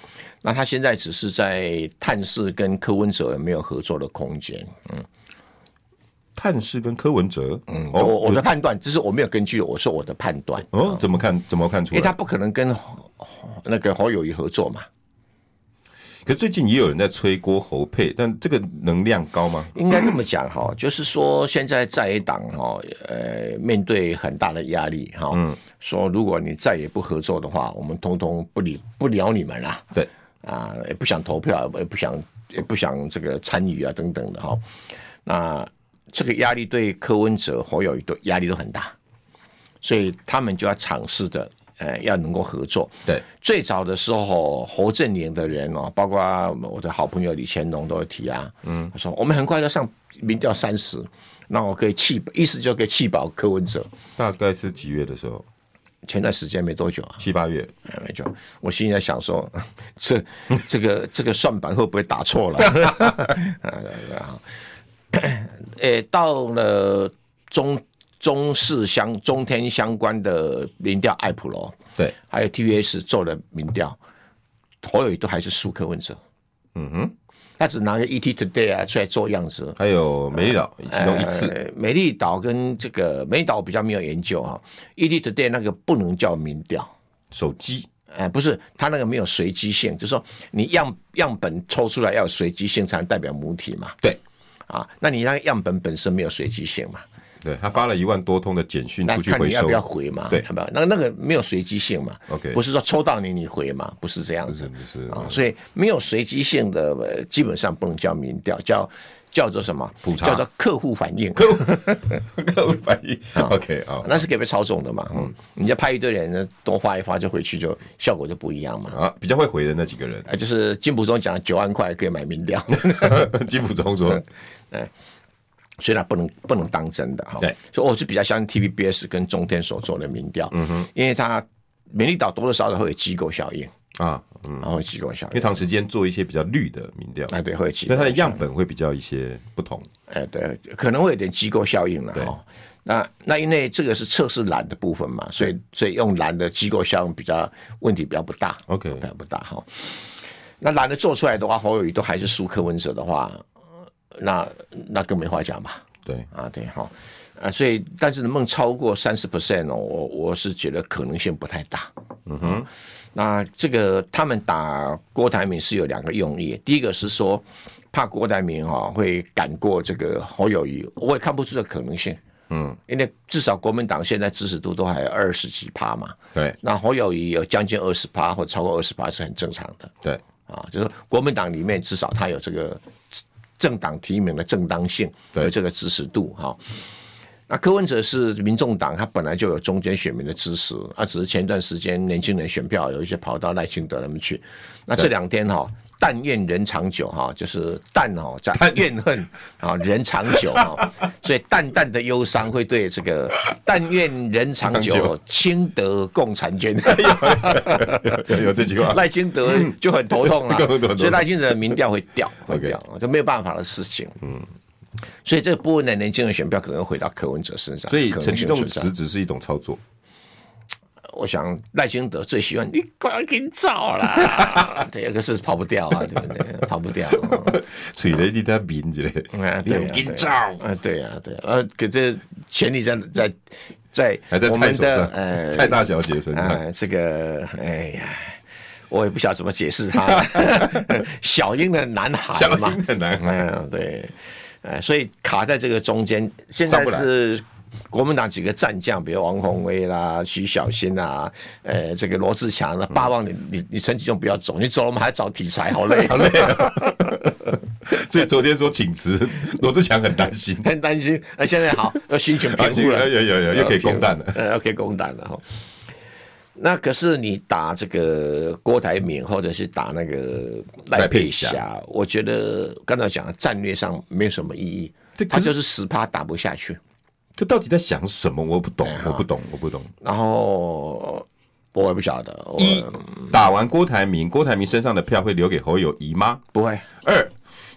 [SPEAKER 2] 那他现在只是在探视跟柯文哲有没有合作的空间。
[SPEAKER 1] 探视跟柯文哲，嗯，
[SPEAKER 2] 我
[SPEAKER 1] 哦
[SPEAKER 2] 我的判断，这是我没有根据，我说我的判断，
[SPEAKER 1] 哦，怎么看怎么看出
[SPEAKER 2] 因为他
[SPEAKER 1] 来？
[SPEAKER 2] 不可能跟侯侯那个侯友谊合作嘛，
[SPEAKER 1] 可最近也有人在吹郭侯配，但这个能量高吗？
[SPEAKER 2] 应该这么讲哈，就是说现在在野党哈，呃，面对很大的压力哈，说如果你再也不合作的话，我们通通不理不聊你们啦，
[SPEAKER 1] 对，
[SPEAKER 2] 啊，也不想投票，也不想也不想这个参与啊等等的哈。那这个压力对柯文哲、侯友谊都压力都很大，所以他们就要尝试的，呃，要能够合作。
[SPEAKER 1] 对，
[SPEAKER 2] 最早的时候，侯正宁的人哦，包括我的好朋友李乾隆都有提啊，嗯，他说我们很快就上民调三十，那我可以气，意思就可以气饱柯文哲。
[SPEAKER 1] 大概是几月的时候？
[SPEAKER 2] 前段时间没多久啊，
[SPEAKER 1] 七八月。
[SPEAKER 2] 哎没错，我心里在想说， 这这个这个算盘会不会打错了？ 啊，呃，到了中中视相中天相关的民调艾普罗，
[SPEAKER 1] 对，
[SPEAKER 2] 还有 TVS 做的民调，侯友宜都还是输柯文哲，
[SPEAKER 1] 嗯哼，
[SPEAKER 2] 他只拿个 ET Today 啊出来做样子，
[SPEAKER 1] 还有美丽岛其中一次，
[SPEAKER 2] 呃美丽岛跟这个美丽岛我比较没有研究啊，ET Today 那个不能叫民调。
[SPEAKER 1] 手机
[SPEAKER 2] 哎，不是，它那个没有随机性，就是说你样样本抽出来要有随机性才能代表母体嘛。
[SPEAKER 1] 对
[SPEAKER 2] 啊，那你那个样本本身没有随机性嘛？
[SPEAKER 1] 对，他发了一万多通的简讯
[SPEAKER 2] 那
[SPEAKER 1] 嗯出去
[SPEAKER 2] 看
[SPEAKER 1] 回
[SPEAKER 2] 你要
[SPEAKER 1] 收
[SPEAKER 2] 不，要回嘛？
[SPEAKER 1] 对
[SPEAKER 2] 要不要？那那个没有随机性嘛
[SPEAKER 1] OK
[SPEAKER 2] 不是说抽到你你回嘛？不是这样子
[SPEAKER 1] 是不是
[SPEAKER 2] 啊，所以没有随机性的，呃基本上不能叫民调，叫叫做什么
[SPEAKER 1] 普？查
[SPEAKER 2] 叫做客户反应。
[SPEAKER 1] 各位反应 OK 啊
[SPEAKER 2] 那是可以被操纵的嘛？嗯，你再派一堆人呢，多发一发就回去就，效果就不一样嘛。
[SPEAKER 1] 啊，比较会回的那几个人，
[SPEAKER 2] 啊，就是金溥中讲的九万块可以买民调。
[SPEAKER 1] 金溥聪 说，
[SPEAKER 2] 所以它不能不能当真的哈。
[SPEAKER 1] 对，
[SPEAKER 2] 所以我是比较相信 TVBS 跟中天所做的民调，嗯哼，因为它美丽岛多多少少会有机构效应，
[SPEAKER 1] 啊，嗯，
[SPEAKER 2] 然后会有机构效
[SPEAKER 1] 因为
[SPEAKER 2] 应，
[SPEAKER 1] 长时间做一些比较绿的民调，
[SPEAKER 2] 啊对，会有机
[SPEAKER 1] 所以它
[SPEAKER 2] 构，
[SPEAKER 1] 的样哎本会比较一些不同，
[SPEAKER 2] 哎对，可能会有点机构效应了哈。那那因为这个是测试蓝的部分嘛，所以所以用蓝的机构效应比较问题比较不大
[SPEAKER 1] OK
[SPEAKER 2] 比较不大哈。那蓝的做出来的话，侯友谊都还是输柯文哲的话，那那更没话讲吧。
[SPEAKER 1] 对，
[SPEAKER 2] 啊，对哈、啊，所以但是能不能超过三十 percent 哦，我我是觉得可能性不太大。嗯哼，那这个他们打郭台铭是有两个用意，第一个是说怕郭台铭哈、哦、会赶过这个侯友谊，我也看不出这可能性。
[SPEAKER 1] 嗯，
[SPEAKER 2] 因为至少国民党现在支持度都还有二十几趴嘛，
[SPEAKER 1] 对
[SPEAKER 2] 那侯友谊有将近二十趴或超过二十趴是很正常的
[SPEAKER 1] 对，
[SPEAKER 2] 啊，就是国民党里面至少他有这个政党提名的正当性，
[SPEAKER 1] 对
[SPEAKER 2] 有这个支持度哈、那柯文哲是民众党，他本来就有中间选民的支持，啊，只是前段时间年轻人选票有一些跑到赖清德他们去。那这两天哈、但愿人长久哈、就是淡哦，在怨恨啊，人长久哈、 所以淡淡的忧伤会对这个但愿人长
[SPEAKER 1] 长
[SPEAKER 2] 久
[SPEAKER 1] 久，
[SPEAKER 2] 清德共婵 娟。
[SPEAKER 1] 有 有这句 话，
[SPEAKER 2] 赖清德
[SPEAKER 1] 嗯
[SPEAKER 2] 就很头痛 了
[SPEAKER 1] 更头，痛
[SPEAKER 2] 所以赖清德的民调会掉，会
[SPEAKER 1] OK
[SPEAKER 2] 掉，这没有办法的事情。嗯，所以这部分的年轻人选票可能会回到柯文哲身上，
[SPEAKER 1] 所以
[SPEAKER 2] 可能
[SPEAKER 1] 陈
[SPEAKER 2] 性
[SPEAKER 1] 立栋
[SPEAKER 2] 存在
[SPEAKER 1] 辞职是一种操作，
[SPEAKER 2] 我想赖清德最喜欢你快给照 啦，对，可是跑不掉啊，对不对？跑不掉、哦
[SPEAKER 1] 所以你他民之类，
[SPEAKER 2] 嗯啊，
[SPEAKER 1] 你
[SPEAKER 2] 对
[SPEAKER 1] 很
[SPEAKER 2] 啊，
[SPEAKER 1] 紧
[SPEAKER 2] 对
[SPEAKER 1] 张
[SPEAKER 2] 啊，啊，对啊，对啊，呃，可这权力在在在
[SPEAKER 1] 还在
[SPEAKER 2] 我
[SPEAKER 1] 蔡
[SPEAKER 2] 们
[SPEAKER 1] 手
[SPEAKER 2] 的
[SPEAKER 1] 上，
[SPEAKER 2] 呃
[SPEAKER 1] 蔡大小姐身上，
[SPEAKER 2] 啊，这个，哎呀，我也不晓得怎么解释他， 小英的男孩
[SPEAKER 1] 小
[SPEAKER 2] 嘛，
[SPEAKER 1] 英的男孩
[SPEAKER 2] 哎呀，对，哎，所以卡在这个中间，现
[SPEAKER 1] 上
[SPEAKER 2] 在
[SPEAKER 1] 不来
[SPEAKER 2] 是国民党几个战将，比如王宏威啦、徐小新啦、呃，这个罗志强
[SPEAKER 1] 嗯
[SPEAKER 2] 啦，霸王你你你陈启仲不要走，你走了我们还找题材，好累，
[SPEAKER 1] 好累啊！ 所以昨天说请辞，罗志祥很担 心，
[SPEAKER 2] 很担心，那现在好，要心情平
[SPEAKER 1] 担心
[SPEAKER 2] 复了
[SPEAKER 1] 有。有有又可以公蛋了，
[SPEAKER 2] 呃，又可以公蛋了哈。那可是你打这个郭台铭，或者是打那个赖佩
[SPEAKER 1] 赖佩
[SPEAKER 2] 霞，我觉得刚才讲的战略上没有什么意义
[SPEAKER 1] 对，可
[SPEAKER 2] 他
[SPEAKER 1] 是
[SPEAKER 2] 就是十趴打不下去。
[SPEAKER 1] 这到底在想什么？我不懂
[SPEAKER 2] 哎，呀
[SPEAKER 1] 我不懂，我不懂。
[SPEAKER 2] 然后我也不晓得，我
[SPEAKER 1] 一打完郭台铭，郭台铭身上的票会留给侯友谊吗？
[SPEAKER 2] 不会，
[SPEAKER 1] 二，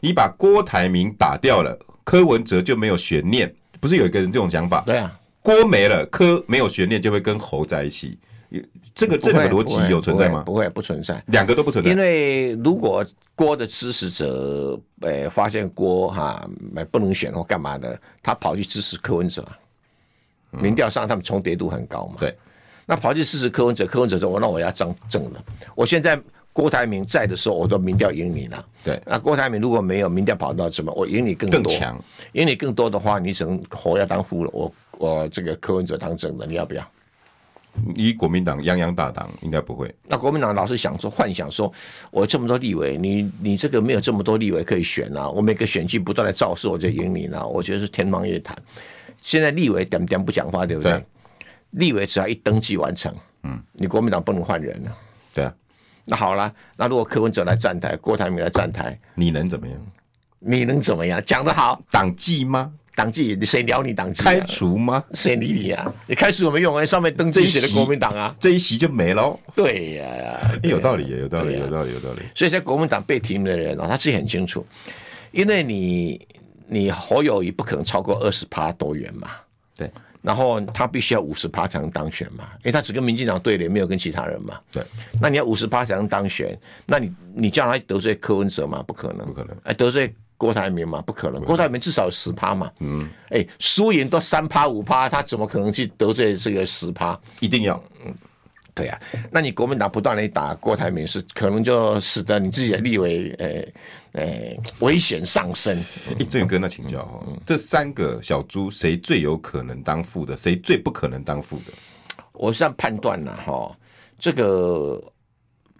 [SPEAKER 1] 你把郭台铭打掉了，柯文哲就没有悬念。不是有一个人这种想法，
[SPEAKER 2] 对啊，
[SPEAKER 1] 郭没了，柯没有悬念就会跟侯在一起，这个
[SPEAKER 2] 不
[SPEAKER 1] 这
[SPEAKER 2] 会
[SPEAKER 1] 两个逻辑
[SPEAKER 2] 不会
[SPEAKER 1] 有存在吗？
[SPEAKER 2] 不会，不会不存在。
[SPEAKER 1] 两个都不存
[SPEAKER 2] 因
[SPEAKER 1] 在。
[SPEAKER 2] 为如果郭的支持者，呃，发现郭哈、呃不能选或干嘛的，他跑去支持柯文哲啊，民调上他们重叠度很高嘛。
[SPEAKER 1] 嗯对，
[SPEAKER 2] 那跑去支持柯文哲，柯文哲说：“我哦那我要争正的。我现在郭台铭在的时候，我都民调赢你了。
[SPEAKER 1] 对，
[SPEAKER 2] 那郭台铭如果没有民调跑到什么，我赢你更多，
[SPEAKER 1] 更强，
[SPEAKER 2] 赢你更多的话，你只能侯要当副了，我我这个柯文哲当正的，你要不要？”
[SPEAKER 1] 以国民党泱泱大党应该不会。
[SPEAKER 2] 那国民党老是想说幻想说，我这么多立委，你你这个没有这么多立委可以选啊，我每个选区不断的造势，我就赢你了，我觉得是天方夜谭。现在立委点点不讲话，对不对？
[SPEAKER 1] 对
[SPEAKER 2] 立委只要一登记完成，嗯，你国民党不能换人了、
[SPEAKER 1] 对啊，
[SPEAKER 2] 那好了，那如果柯文哲来站台，郭台铭来站台，
[SPEAKER 1] 你能怎么样？
[SPEAKER 2] 你能怎么样？讲得好，
[SPEAKER 1] 党纪吗？
[SPEAKER 2] 党纪谁鸟你党纪、啊？
[SPEAKER 1] 开除吗？
[SPEAKER 2] 谁理你啊？你开始有没用啊？上面登记写的国民党啊？
[SPEAKER 1] 这一席就没喽、
[SPEAKER 2] 对呀、
[SPEAKER 1] 欸有道理耶，有道理，
[SPEAKER 2] 对啊
[SPEAKER 1] 有道理，有道理。
[SPEAKER 2] 所以在国民党被提名的人啊、他自己很清楚，因为你你侯友谊不可能超过二十趴多元嘛，
[SPEAKER 1] 对
[SPEAKER 2] 然后他必须要五十趴才能当选嘛，因为他只跟民进党对垒，没有跟其他人嘛。
[SPEAKER 1] 对，
[SPEAKER 2] 那你要五十趴才能当选，那你你叫他得罪柯文哲嘛？不可能，
[SPEAKER 1] 不可能
[SPEAKER 2] 哎，得罪郭台铭嘛？不可能，郭台铭至少十趴嘛。嗯，哎，输赢都三趴五趴，他怎么可能去得罪这个十趴？
[SPEAKER 1] 一定要
[SPEAKER 2] 对啊，那你国民党不断的打郭台铭，是可能就使得你自己的立委，呃呃，危险上升。
[SPEAKER 1] 哎、郑宇哥，那请教哦，这三个小猪谁最有可能当副的，谁最不可能当副的？
[SPEAKER 2] 我是这样判断了哈，这个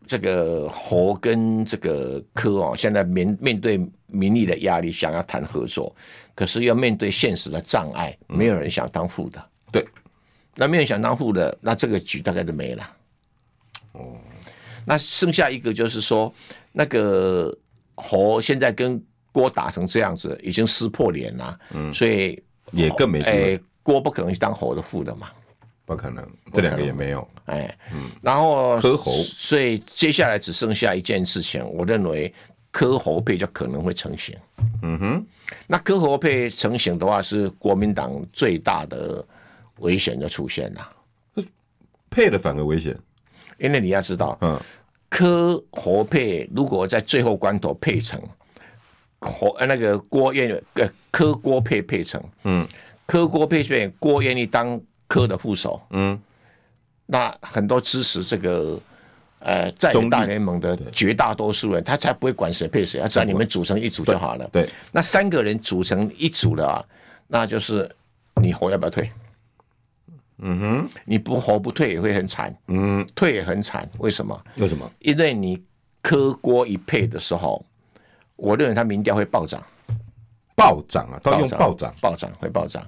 [SPEAKER 2] 这个侯跟这个柯哦，现在面面对民意的压力，想要谈合作，可是要面对现实的障碍，没有人想当副的。
[SPEAKER 1] 对，
[SPEAKER 2] 那没有人想当副的，那这个局大概就没了。哦，那剩下一个就是说，那个侯现在跟郭打成这样子，已经撕破脸了，嗯，所以
[SPEAKER 1] 也更没机会
[SPEAKER 2] 哎郭不可能去当侯的副的嘛。
[SPEAKER 1] 不可能，这两个也没有。
[SPEAKER 2] 哎，然后
[SPEAKER 1] 嗯柯侯
[SPEAKER 2] 所以接下来只剩下一件事情，我认为柯侯配就可能会成型。
[SPEAKER 1] 嗯哼，
[SPEAKER 2] 那柯侯配成型的话，是国民党最大的危险就出现了，
[SPEAKER 1] 配了反而危险。
[SPEAKER 2] 因为你要知道，
[SPEAKER 1] 嗯，
[SPEAKER 2] 柯侯配如果在最后关头配成，侯呃那个郭愿意呃柯郭配配成，
[SPEAKER 1] 嗯，
[SPEAKER 2] 柯郭配配郭愿意当柯的副手，
[SPEAKER 1] 嗯，
[SPEAKER 2] 那很多支持这个呃在野大联盟的绝大多数人，他才不会管谁配谁，他只要你们组成一组就好了。
[SPEAKER 1] 对，
[SPEAKER 2] 那三个人组成一组了啊，那就是你活要不要退？
[SPEAKER 1] 嗯哼，
[SPEAKER 2] 你不活不退也会很惨，
[SPEAKER 1] 嗯，
[SPEAKER 2] 退也很惨。为什么？
[SPEAKER 4] 为什么？
[SPEAKER 2] 因为你磕锅一配的时候，我认为它民调会暴涨，
[SPEAKER 1] 暴涨啊，到用暴涨，
[SPEAKER 2] 暴涨会暴涨。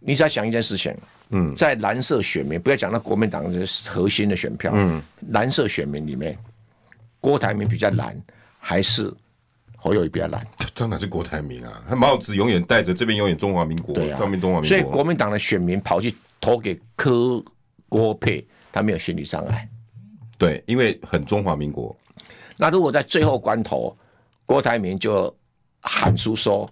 [SPEAKER 2] 你只要想一件事情，嗯，在蓝色选民，不要讲到国民党的核心的选票，嗯，蓝色选民里面，郭台铭比较蓝，还是侯友宜比较蓝？
[SPEAKER 1] 当然是郭台铭啊，他帽子永远戴着，这边永远中华民国，
[SPEAKER 2] 对啊，
[SPEAKER 1] 上面中华
[SPEAKER 2] 所以
[SPEAKER 1] 民
[SPEAKER 2] 国
[SPEAKER 1] 国，
[SPEAKER 2] 民党的选民跑去投给柯郭配，他没有心理障碍。
[SPEAKER 1] 对，因为很中华民国，
[SPEAKER 2] 那如果在最后关头，郭台铭就喊出说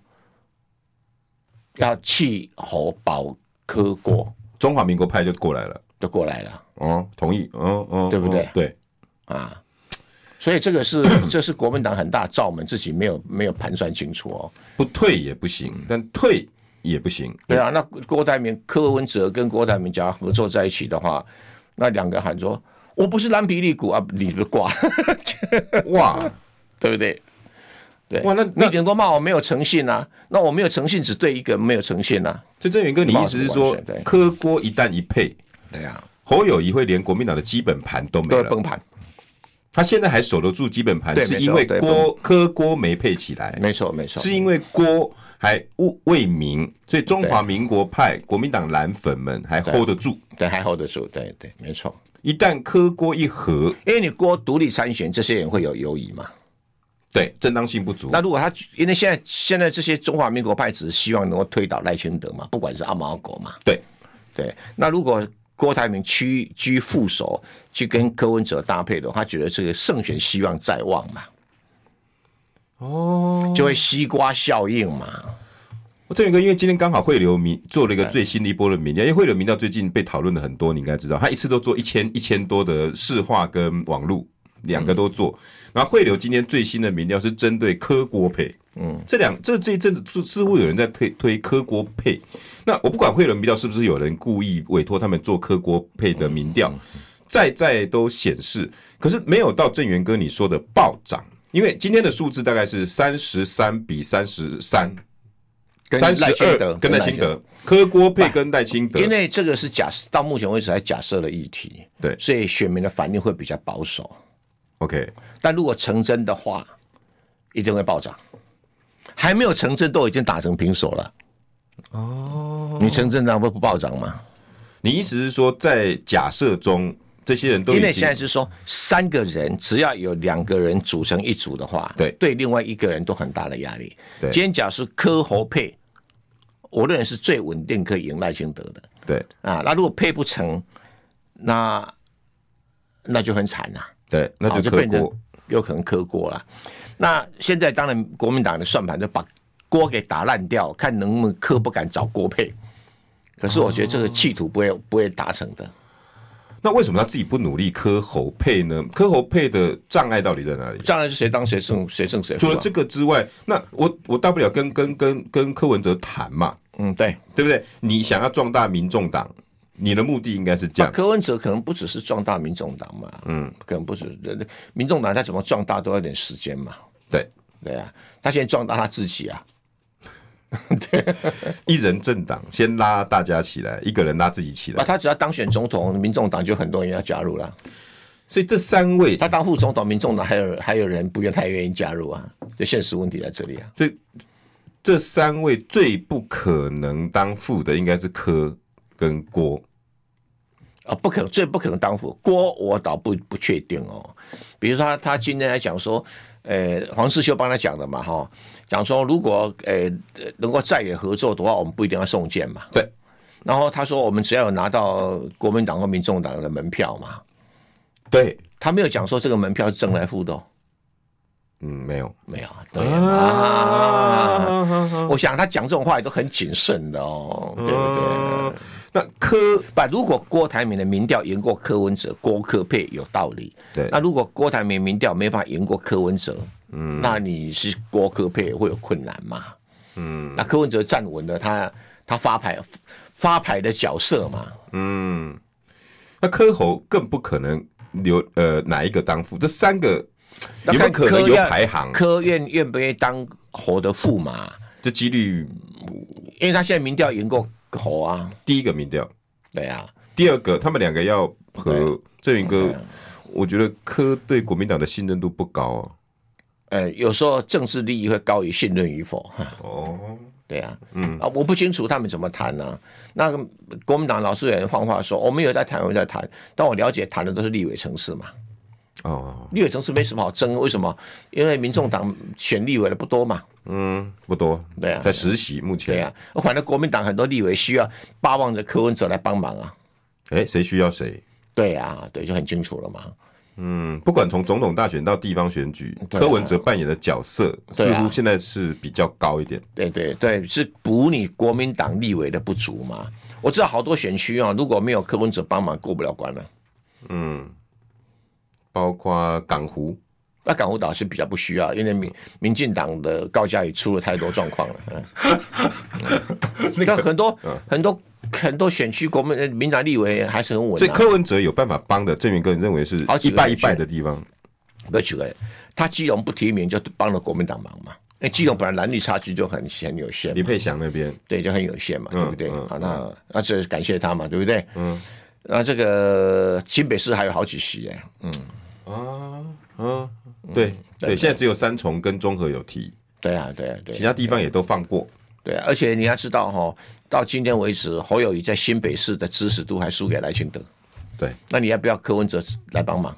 [SPEAKER 2] 要弃侯保柯郭，
[SPEAKER 1] 中华民国派就过来了，
[SPEAKER 2] 就过来了
[SPEAKER 1] 哦，同意，哦哦，
[SPEAKER 2] 对不对
[SPEAKER 1] 哦对，
[SPEAKER 2] 啊。所以这个 是这是国民党很大罩门，自己没有没有盘算清楚哦。
[SPEAKER 1] 不退也不行，但退也不行，
[SPEAKER 2] 嗯对啊，那郭台铭、柯文哲跟郭台铭假如合作在一起的话，那两个喊说我不是蓝皮利股啊，你就挂，
[SPEAKER 1] 哇，
[SPEAKER 2] 对不对？对，
[SPEAKER 1] 哇那那
[SPEAKER 2] 你顶多骂我没有诚信啊，那我没有诚信只对一个没有诚信啊，
[SPEAKER 1] 就郑源哥，你意 思是
[SPEAKER 2] 帽
[SPEAKER 1] 说
[SPEAKER 2] 子完全对
[SPEAKER 1] 柯郭一旦一配，
[SPEAKER 2] 对啊，
[SPEAKER 1] 侯友谊会连国民党的基本盘都没
[SPEAKER 2] 都会
[SPEAKER 1] 了
[SPEAKER 2] 崩？盘。
[SPEAKER 1] 他现在还守得住基本盘，
[SPEAKER 2] 对
[SPEAKER 1] 是
[SPEAKER 2] 没错
[SPEAKER 1] 因为
[SPEAKER 2] 对
[SPEAKER 1] 郭柯郭没配起来，
[SPEAKER 2] 没错，没错，
[SPEAKER 1] 是因为郭还未为民，所以中华民国派国民党蓝粉们还 hold 得住。
[SPEAKER 2] 对还 hold 得住，对对，没错。
[SPEAKER 1] 一旦柯郭一合，
[SPEAKER 2] 因为你郭独立参选，这些人会有犹疑嘛？
[SPEAKER 1] 对正当性不足
[SPEAKER 2] 那，如果他，因为现在现在这些中华民国派只是希望能够推倒赖清德嘛，不管是阿猫阿狗嘛，
[SPEAKER 1] 对
[SPEAKER 2] 对。那如果郭台铭屈居副手去跟柯文哲搭配的话，他觉得这个胜选希望在望嘛，
[SPEAKER 1] 哦。
[SPEAKER 2] 就会西瓜效应嘛。
[SPEAKER 1] 郑源哥，因为今天刚好汇流民做了一个最新的一波的民调，因为汇流民调最近被讨论的很多，你应该知道，他一次都做一千一千多的市话跟网路两个都做。然后汇流今天最新的民调是针对科国配，嗯，这两这这一阵子似似乎有人在推推科国配。那我不管汇流民调是不是有人故意委托他们做科国配的民调，在在都显示，可是没有到郑源哥你说的暴涨。因为今天的数字大概是三十三比三十三，
[SPEAKER 2] 跟
[SPEAKER 1] 三十
[SPEAKER 2] 赖清德
[SPEAKER 1] 二跟赖清，德，柯郭配跟赖清德，
[SPEAKER 2] 因为这个是假设，到目前为止还假设了议题，
[SPEAKER 1] 对
[SPEAKER 2] 所以选民的反应会比较保守。
[SPEAKER 1] OK，
[SPEAKER 2] 但如果成真的话，一定会暴涨。还没有成真，都已经打成平手了。哦，你成真了会不暴涨吗？
[SPEAKER 1] 你意思是说在假设中，这些人都
[SPEAKER 2] 因为
[SPEAKER 1] 已
[SPEAKER 2] 现在
[SPEAKER 1] 经
[SPEAKER 2] 是说三个人，只要有两个人组成一组的话，
[SPEAKER 1] 对
[SPEAKER 2] 对，另外一个人都很大的压力。
[SPEAKER 1] 对
[SPEAKER 2] 今天假设柯侯配，我认为是最稳定可以赢赖清德的
[SPEAKER 1] 对
[SPEAKER 2] 啊。那如果配不成，那那就很惨呐、啊。
[SPEAKER 1] 对，那
[SPEAKER 2] 啊
[SPEAKER 1] 就
[SPEAKER 2] 就
[SPEAKER 1] 柯
[SPEAKER 2] 变成
[SPEAKER 1] 郭
[SPEAKER 2] 有可能磕锅了。那现在当然，国民党的算盘就把锅给打烂掉，看能不能磕不敢找郭配。可是我觉得这个企图不会、不会达成的。
[SPEAKER 1] 那为什么他自己不努力柯侯配呢？柯侯配的障碍到底在哪里？
[SPEAKER 2] 当然是谁当谁胜，谁胜谁负
[SPEAKER 1] 除
[SPEAKER 2] 啊。
[SPEAKER 1] 了这个之外，那我我大不了跟跟跟跟柯文哲谈嘛，
[SPEAKER 2] 嗯，对，
[SPEAKER 1] 对不对？你想要壮大民众党，你的目的应该是这样，
[SPEAKER 2] 柯文哲可能不只是壮大民众党嘛，嗯，可能不止，民众党他怎么壮大都要点时间嘛，
[SPEAKER 1] 对，
[SPEAKER 2] 对啊，他现在壮大他自己啊，
[SPEAKER 1] 一人政党先拉大家起来，一个人拉自己起
[SPEAKER 2] 那
[SPEAKER 1] 来，
[SPEAKER 2] 啊他只要当选总统，民众党就很多人要加入了。
[SPEAKER 1] 所以这三位
[SPEAKER 2] 他当副总统，民众党还有还有人不愿太愿意加入啊，就现实问题在这里啊。
[SPEAKER 1] 所以这三位最不可能当副的应该是柯跟郭。
[SPEAKER 2] 啊，不可最不可能当副郭，我倒不不确定哦。比如说他他今天来讲说，呃，黄世修帮他讲的嘛哈，讲说如果呃呃能够再也合作的话，我们不一定要送件嘛。
[SPEAKER 1] 对。
[SPEAKER 2] 然后他说，我们只要有拿到国民党和民众党的门票嘛，
[SPEAKER 1] 对，
[SPEAKER 2] 他没有讲说这个门票是正来付的、哦，
[SPEAKER 1] 嗯，没有
[SPEAKER 2] 没有，对啊。我想他讲这种话也都很谨慎的哦，对不对？
[SPEAKER 1] 嗯那柯
[SPEAKER 2] 不，如果郭台铭的民调赢过柯文哲，郭柯配有道理。
[SPEAKER 1] 对
[SPEAKER 2] 那如果郭台铭民调没办法赢过柯文哲，嗯，那你是郭柯配会有困难嘛？嗯，那柯文哲站稳了，他他发牌发牌的角色嘛，
[SPEAKER 1] 嗯，那柯侯更不可能留呃哪一个当副，这三个
[SPEAKER 2] 那
[SPEAKER 1] 有没有
[SPEAKER 2] 看
[SPEAKER 1] 可
[SPEAKER 2] 柯
[SPEAKER 1] 能有
[SPEAKER 2] 要
[SPEAKER 1] 排行？
[SPEAKER 2] 柯愿愿不愿意当侯的驸马？
[SPEAKER 1] 这几率
[SPEAKER 2] 因为他现在民调赢过吼啊，
[SPEAKER 1] 第一个民调，
[SPEAKER 2] 对啊，
[SPEAKER 1] 第二个他们两个要和
[SPEAKER 2] 对
[SPEAKER 1] 郑云哥
[SPEAKER 2] 对啊，
[SPEAKER 1] 我觉得柯对国民党的信任度不高哦。
[SPEAKER 2] 呃，有时候政治利益会高于信任与否，
[SPEAKER 1] 哦，
[SPEAKER 2] 对啊，
[SPEAKER 1] 嗯
[SPEAKER 2] 啊，我不清楚他们怎么谈呢、那个国民党老师有人放话说，哦我们有在谈，我们有在谈，但我了解谈的都是立委城市嘛，
[SPEAKER 1] 哦，
[SPEAKER 2] 立委城市没什么好争，为什么？因为民众党选立委的不多嘛，
[SPEAKER 1] 嗯，不多，
[SPEAKER 2] 对啊
[SPEAKER 1] 在实习目前，
[SPEAKER 2] 对啊，反正国民党很多立委需要巴望着柯文哲来帮忙啊，
[SPEAKER 1] 哎，谁需要谁？
[SPEAKER 2] 对啊，对，就很清楚了嘛，
[SPEAKER 1] 嗯，不管从总统大选到地方选举，
[SPEAKER 2] 对啊
[SPEAKER 1] 柯文哲扮演的角色
[SPEAKER 2] 对
[SPEAKER 1] 似
[SPEAKER 2] 啊
[SPEAKER 1] 乎现在是比较高一点。
[SPEAKER 2] 对对对，是补你国民党立委的不足嘛。我知道好多选区啊，如果没有柯文哲帮忙，过不了关了、
[SPEAKER 1] 嗯，包括港湖，
[SPEAKER 2] 那港湖岛是比较不需要，因为
[SPEAKER 1] 嗯
[SPEAKER 2] 民民进党的高嘉宇出了太多状况了。嗯， 那很多、
[SPEAKER 1] 嗯
[SPEAKER 2] 很多很多选区国民呃民党立委还是很稳
[SPEAKER 1] 所以
[SPEAKER 2] 啊。
[SPEAKER 1] 柯文哲有办法帮的，郑源哥你认为是
[SPEAKER 2] 好几
[SPEAKER 1] 一
[SPEAKER 2] 个
[SPEAKER 1] 败一
[SPEAKER 2] 选区
[SPEAKER 1] 败的地方。
[SPEAKER 2] 我举个例，他基隆不提名就帮了国民党忙嘛，因为基隆本来男女差距就很很有限嘛
[SPEAKER 1] 李，佩祥那边，
[SPEAKER 2] 对，就很有限嘛，
[SPEAKER 1] 嗯
[SPEAKER 2] 对不对？
[SPEAKER 1] 嗯
[SPEAKER 2] 好，那那这感谢他嘛，对不对？
[SPEAKER 1] 嗯，
[SPEAKER 2] 那这个新北市还有好几席哎，嗯，
[SPEAKER 1] 啊啊，对
[SPEAKER 2] 对
[SPEAKER 1] 对，现在只有三重跟中和有提，
[SPEAKER 2] 对啊，对啊，对啊
[SPEAKER 1] 其他地方也都放过。
[SPEAKER 2] 对啊，而且你要知道哈、到今天为止，侯友谊在新北市的支持度还输给赖清德。
[SPEAKER 1] 对，
[SPEAKER 2] 那你要不要柯文哲来帮忙？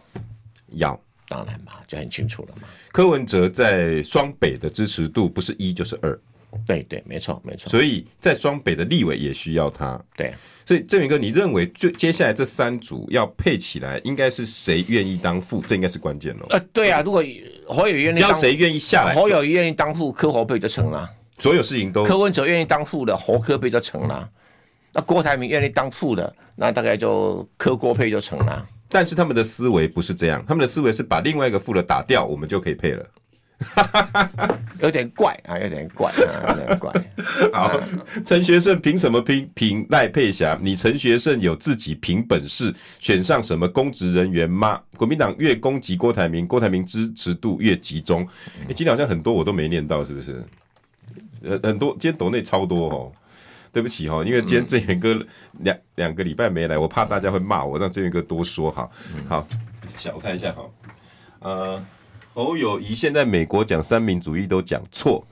[SPEAKER 1] 要
[SPEAKER 2] 当然嘛，就很清楚了嘛。
[SPEAKER 1] 柯文哲在双北的支持度不是一就是二，
[SPEAKER 2] 对对，没错没错，
[SPEAKER 1] 所以在双北的立委也需要他。
[SPEAKER 2] 对，啊
[SPEAKER 1] 所以郑明哥，你认为最接下来这三组要配起来，应该是谁愿意当副？这应该是关键喽。哦
[SPEAKER 2] 呃，对啊，如果侯友谊愿意
[SPEAKER 1] 只要
[SPEAKER 2] 当，
[SPEAKER 1] 谁愿意下来，
[SPEAKER 2] 侯友谊愿意当副，柯侯配就成了；
[SPEAKER 1] 所有事情都
[SPEAKER 2] 柯文哲愿意当副的，侯柯配就成了；那郭台铭愿意当副的，那大概就柯郭配就成了。
[SPEAKER 1] 但是他们的思维不是这样，他们的思维是把另外一个副的打掉，我们就可以配了。
[SPEAKER 2] 有点怪啊，有点怪啊，有 点怪。
[SPEAKER 1] 好，陈学圣凭什么拼凭赖佩霞？你陈学圣有自己凭本事选上什么公职人员吗？国民党越攻击郭台铭，郭台铭支持度越集中。诶今天好像很多我都没念到，是不是？呃，很多今天抖内超多哦。对不起哦，因为今天郑源哥两两个礼拜没来，我怕大家会骂我，让郑源哥多说哈。好，想我嗯看一下哈，呃，侯友谊现在美国讲三民主义都讲错，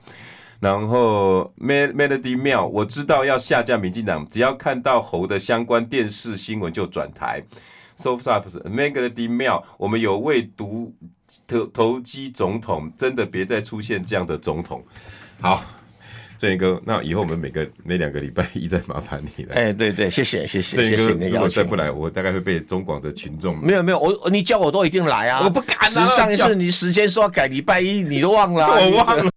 [SPEAKER 1] 然后 Mel- Melody 妙，我知道要下架民进党，只要看到侯的相关电视新闻就转台。Soft Melody 妙，我们有为独投投机总统，真的别再出现这样的总统。好，郑源哥，那以后我们每个每两个礼拜一再麻烦你了。
[SPEAKER 2] 哎，对对，谢谢谢谢
[SPEAKER 1] 郑
[SPEAKER 2] 谢
[SPEAKER 1] 源
[SPEAKER 2] 谢
[SPEAKER 1] 哥
[SPEAKER 2] 你的，
[SPEAKER 1] 如果
[SPEAKER 2] 邀
[SPEAKER 1] 再
[SPEAKER 2] 请
[SPEAKER 1] 不。来，我大概会被中广的群众
[SPEAKER 2] 没有没有，我我你叫我都一定来啊！
[SPEAKER 1] 我不敢啊
[SPEAKER 2] 只是上一
[SPEAKER 1] 叫
[SPEAKER 2] 次你时间说要改礼拜一，你都忘了 啊、
[SPEAKER 1] 我忘了
[SPEAKER 2] 你